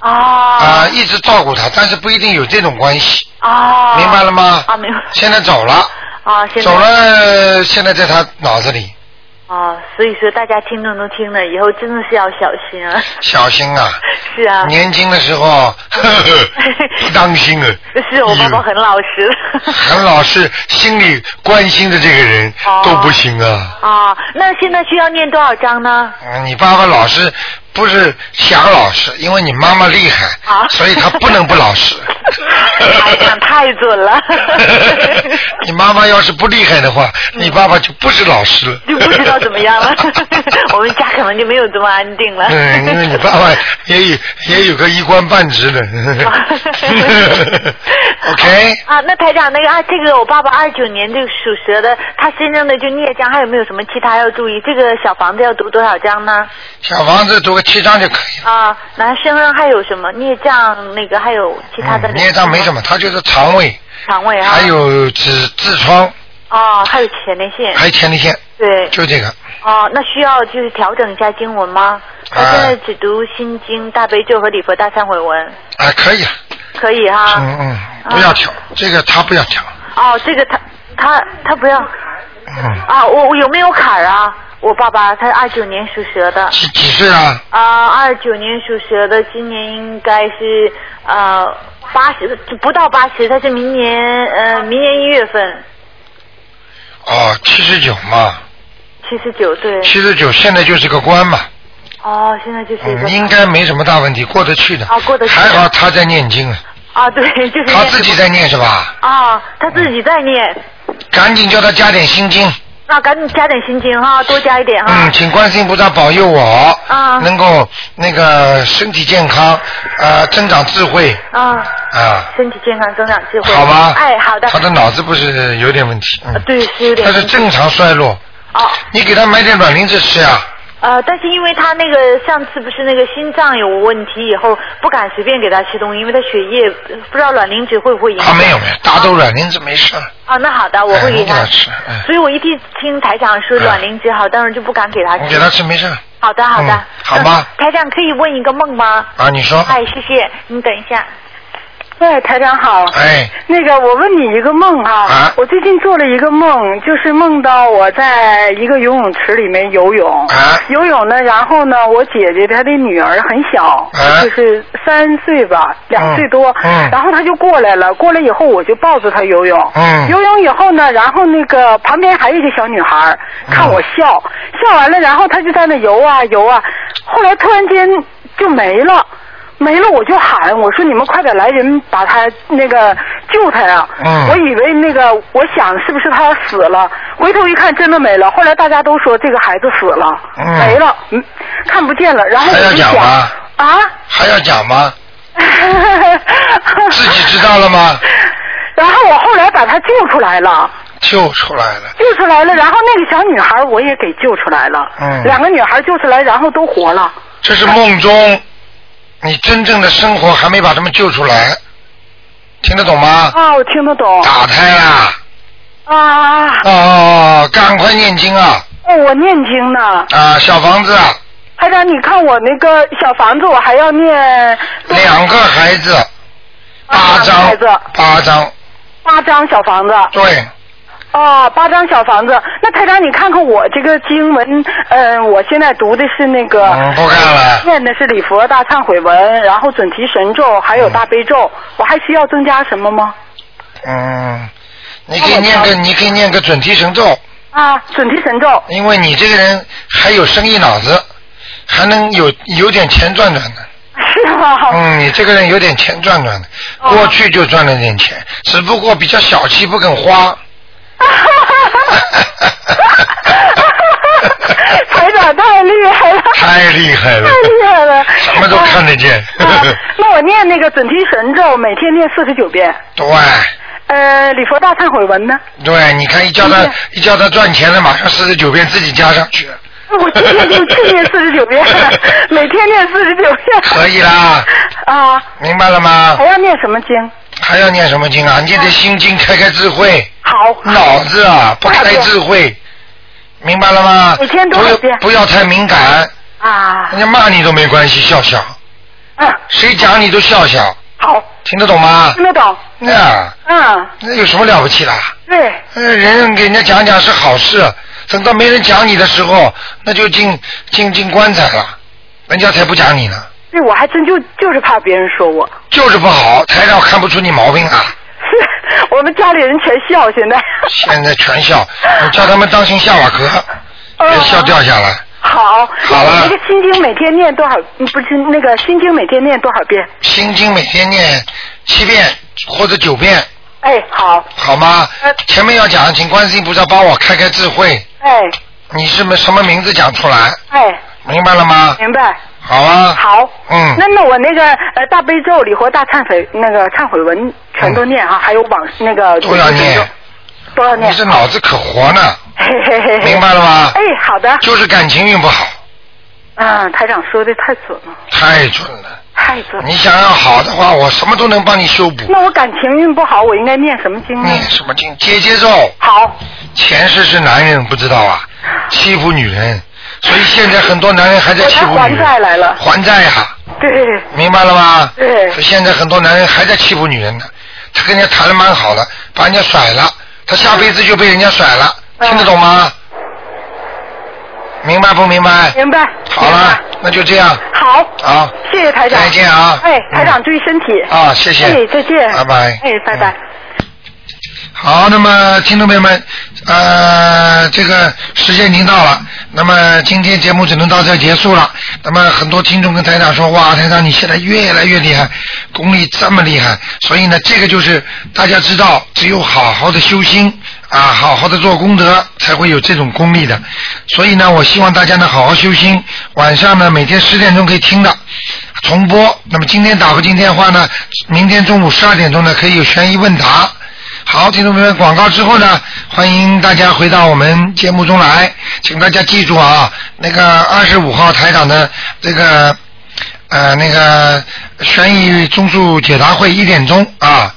P: 啊。
A: 啊，一直照顾她，但是不一定有这种关系。
P: 啊。
A: 明白了吗？
P: 啊，明白。
A: 现在走了，
P: 啊，现在
A: 走。了，现在在她脑子里，
P: 啊，所以说大家听众都听了，以后真的是要小心啊。
A: 小心啊！
P: 是啊。
A: 年轻的时候 呵呵不当心啊，
P: 是我爸爸很老实。
A: 很老是心里关心的这个 人
P: 哦
A: 都不行啊。
P: 啊， 那现在需要念多少章呢？
A: 嗯，你爸爸老实，不是想老实，因为你妈妈厉害，
P: 啊
A: 所以他不能不老实。
P: 台长哎太准了，
A: 你妈妈要是不厉害的话，你爸爸就不是老实了。
P: 就不知道怎么样了。 我们家可能就没有这么安 定了。
A: 嗯，因为你爸爸也有也有个一官半职的。OK，
P: 啊，那台长，那个啊，这个我爸爸二九年这个属蛇的，他身上的就孽障，还有没有什么其他要注意？这个小房子要读多少章呢？
A: 小房子读个七章就可以了。
P: 啊，那身上还有什么孽障？那个还有其他的、
A: 嗯，孽障没什么，他就是肠胃，
P: 肠胃啊，
A: 还有痔痔疮，
P: 哦，还有前列腺，
A: 还有前列腺，
P: 对，
A: 就这个。
P: 哦，那需要就是调整一下经文吗？他
A: 啊
P: 现在只读心经、大悲咒和礼佛大忏悔文，
A: 啊，可以了，
P: 可以哈。
A: 嗯嗯，
P: 啊
A: 不要调，这个他不要调，
P: 哦，这个他他他不要
A: 嗯，
P: 啊，我我有没有坎儿啊？我爸爸他二九年属蛇的。
A: 几几岁啊？
P: 啊，二九年属蛇的，今年应该是呃八十，就不到八十，他是明年呃明年一月份
A: 哦，七十九嘛，
P: 七十九对。
A: 七十九现在就是个官嘛，
P: 哦，现在就是一个
A: 嗯，应该没什么大问题，过得去的。
P: 啊过得去的
A: 还好他在念经啊，
P: 啊，对，就是
A: 他自己在念是吧？
P: 啊，他自己在念，
A: 赶紧叫他加点心经，
P: 那、赶紧加点心经哈，多加一点哈。
A: 嗯，请观世音菩萨保佑我，
P: 啊
A: 嗯能够那个身体健康，呃，增长智慧
P: 啊，
A: 啊。
P: 身体健康，增长智慧。
A: 好吧
P: 哎，好的。呃
A: 他的脑子不是有点问题，嗯，
P: 对是有点
A: 他
P: 问
A: 是
P: 题
A: 正常衰落。
P: 哦，
A: 你给他买点软磷脂吃呀、啊。
P: 呃，但是因为他那个上次不是那个心脏有问题，以后不敢随便给他吃东西，因为他血液呃不知道卵磷脂会不会影响。
A: 啊，没有没有，大豆软磷脂没事儿。
P: 啊，那好的，我
A: 哎
P: 会
A: 你
P: 给
A: 给
P: 他。
A: 他吃，哎
P: 所以我一听听台长说
A: 哎
P: 卵磷脂好，当时就不敢给他
A: 嗯
P: 吃。
A: 你给他吃没事儿
P: 好的，好的。
A: 嗯好吧
P: 嗯台长可以问一个梦吗？
A: 啊。你说，
P: 哎，谢谢，你等一下。
Q: 喂，台长好。
A: 哎，
Q: 那个，我问你一个梦啊。
A: 啊
Q: 我最近做了一个梦，就是梦到我在一个游泳池里面游泳。
A: 啊。
Q: 游泳呢，然后呢，我姐姐她的女儿很小，
A: 啊
Q: 就是三岁吧，两岁多。
A: 嗯
Q: 然后她就过来了，过来以后我就抱着她游泳。
A: 嗯
Q: 游泳以后呢，然后那个旁边还有一个小女孩儿
A: 嗯
Q: 看我笑，笑完了，然后她就在那游啊游啊，后来突然间就没了。没了，我就喊我说你们快点来人把他那个救他呀！
A: 嗯
Q: 我以为那个我想是不是他要死了，回头一看真的没了。后来大家都说这个孩子死了，
A: 嗯
Q: 没了，嗯，看不见了。然后
A: 还
Q: 我
A: 要
Q: 就
A: 讲
Q: 想
A: 吗，
Q: 啊？
A: 还要讲吗？自己知道了吗？
Q: 然后我后来把她救出来了。
A: 救出来了。
Q: 救出来了，然后那个小女孩我也给救出来了，
A: 嗯
Q: 两个女孩救出来，然后都活了。
A: 这是梦中，你真正的生活还没把他们救出来，听得懂吗？
Q: 啊，我听得懂。
A: 打胎呀、
Q: 啊。
A: 哦，赶快念经啊！
Q: 哦，我念经呢。
A: 啊，小房子啊，
Q: 台长，你看我那个小房子，我还要念
A: 两个孩子，
Q: 八
A: 张
Q: 孩子，
A: 八张，
Q: 八张小房子。
A: 对，
Q: 哦，八张小房子。那台长，你看看我这个经文，嗯、我现在读的是那个，
A: 嗯不看了
Q: 念的是礼佛大忏悔文，然后准提神咒，还有大悲咒。我还需要增加什 么吗？
A: 嗯，你可以念个，你可以念个准提神咒。
Q: 啊，准提神咒。
A: 因为你这个人还有生意脑子，还能有有点钱赚赚的。
Q: 是吗？哦
A: 嗯，你这个人有点钱赚赚的，过去就赚了点钱，只不过比较小气，不肯 花。
Q: 台长太厉害了，
A: 太厉害了
Q: 太，厉害啊了。
A: 什么都看得见。
Q: 那我念那个准提神咒，每天念四十九遍。
A: 对
Q: 呃，礼佛大忏悔文呢？
A: 对，你看一叫他一叫他赚钱了，马上四十九遍自己加上去，
Q: 我今天就去念四十 九遍，每天念四十九遍。
A: 可以啦。
Q: 啊。
A: 明白了吗
Q: 还？要念什么经？
A: 还要念什么经啊？你得心经开开智慧。
Q: 好。
A: 脑子啊，不开智慧，明白了吗？
Q: 每天多少遍
A: 不要不要太敏感。
Q: 啊。
A: 人家骂你都没关系，笑笑。
Q: 嗯。
A: 谁讲你都笑笑。
Q: 好。
A: 听得懂吗？
Q: 听得懂。
A: 那
Q: 嗯。
A: 那有什么了不起啦？
Q: 对。
A: 呃，人给人家讲讲是好事，等到没人讲你的时候，那就进进进棺材了，人家才不讲你呢，
Q: 对，我还真就就是怕别人说我。
A: 就是不好，台上看不出你毛病啊。
Q: 我们家里人全笑，现在。
A: 现在全笑，你叫他们当心下瓦壳，
Q: 哦
A: 别笑掉下来。
Q: 好。
A: 好了
Q: 那个心经每天念多少？嗯不是那个心经每天念多少遍？
A: 心经每天念七遍或者九遍，
Q: 哎，好。呃
A: 好吗？前面要讲，请观世音菩萨帮我开开智慧。
Q: 哎
A: 你是什么名字讲出来？
Q: 哎。
A: 明白了吗？
Q: 明白。
A: 好啊。
Q: 好。
A: 嗯。
Q: 那么我那个呃大悲咒、礼佛大忏悔那个忏悔文全都念啊，还有往那个
A: 都要念，
Q: 都要念。
A: 你这脑子可活呢，
Q: 嘿嘿嘿嘿
A: 明白了吗
Q: 哎，好的。
A: 就是感情运不好，
Q: 嗯，台长说的太准了，
A: 太准了。
Q: 太准了。
A: 你想要好的话，我什么都能帮你修补。
Q: 那我感情运不好，我应该念什么经呢？
A: 念什么经？姐姐咒。
Q: 好。
A: 前世是男人，不知道啊，欺负女人，所以现在很多男人还在欺负
Q: 我还
A: 女人。
Q: 还债来了
A: 还债呀、啊
Q: 对。
A: 明白了吗？
Q: 对
A: 所以现在很多男人还在欺负女人呢，他跟人家谈的蛮好的，把人家甩了，他下辈子就被人家甩了，
Q: 嗯
A: 听得懂吗？明白不明白？
Q: 明白。
A: 好了，那哎就这样
Q: 好，
A: 啊。
Q: 谢谢台长。
A: 再见啊
Q: 哎，台
A: 嗯
Q: 长注意身体。
A: 啊谢谢
Q: 哎，再见。
A: 拜拜嗯
Q: 哎，拜拜。
A: 好，那么听众朋友们，呃，这个时间已经到了，那么今天节目只能到这儿结束了。那么很多听众跟台长说，哇，台长你现在越来越厉害，功力这么厉害，所以呢，这个就是大家知道，只有好好的修心啊，好好的做功德，才会有这种功力的。所以呢，我希望大家呢好好修心，晚上呢每天十点钟可以听的。重播，那么今天打不进电话呢？明天中午十二点钟呢，可以有悬疑问答。好，听众朋友们，广告之后呢，欢迎大家回到我们节目中来，请大家记住啊，那个二十五号台长的这个呃那个悬疑综述解答会一点钟啊，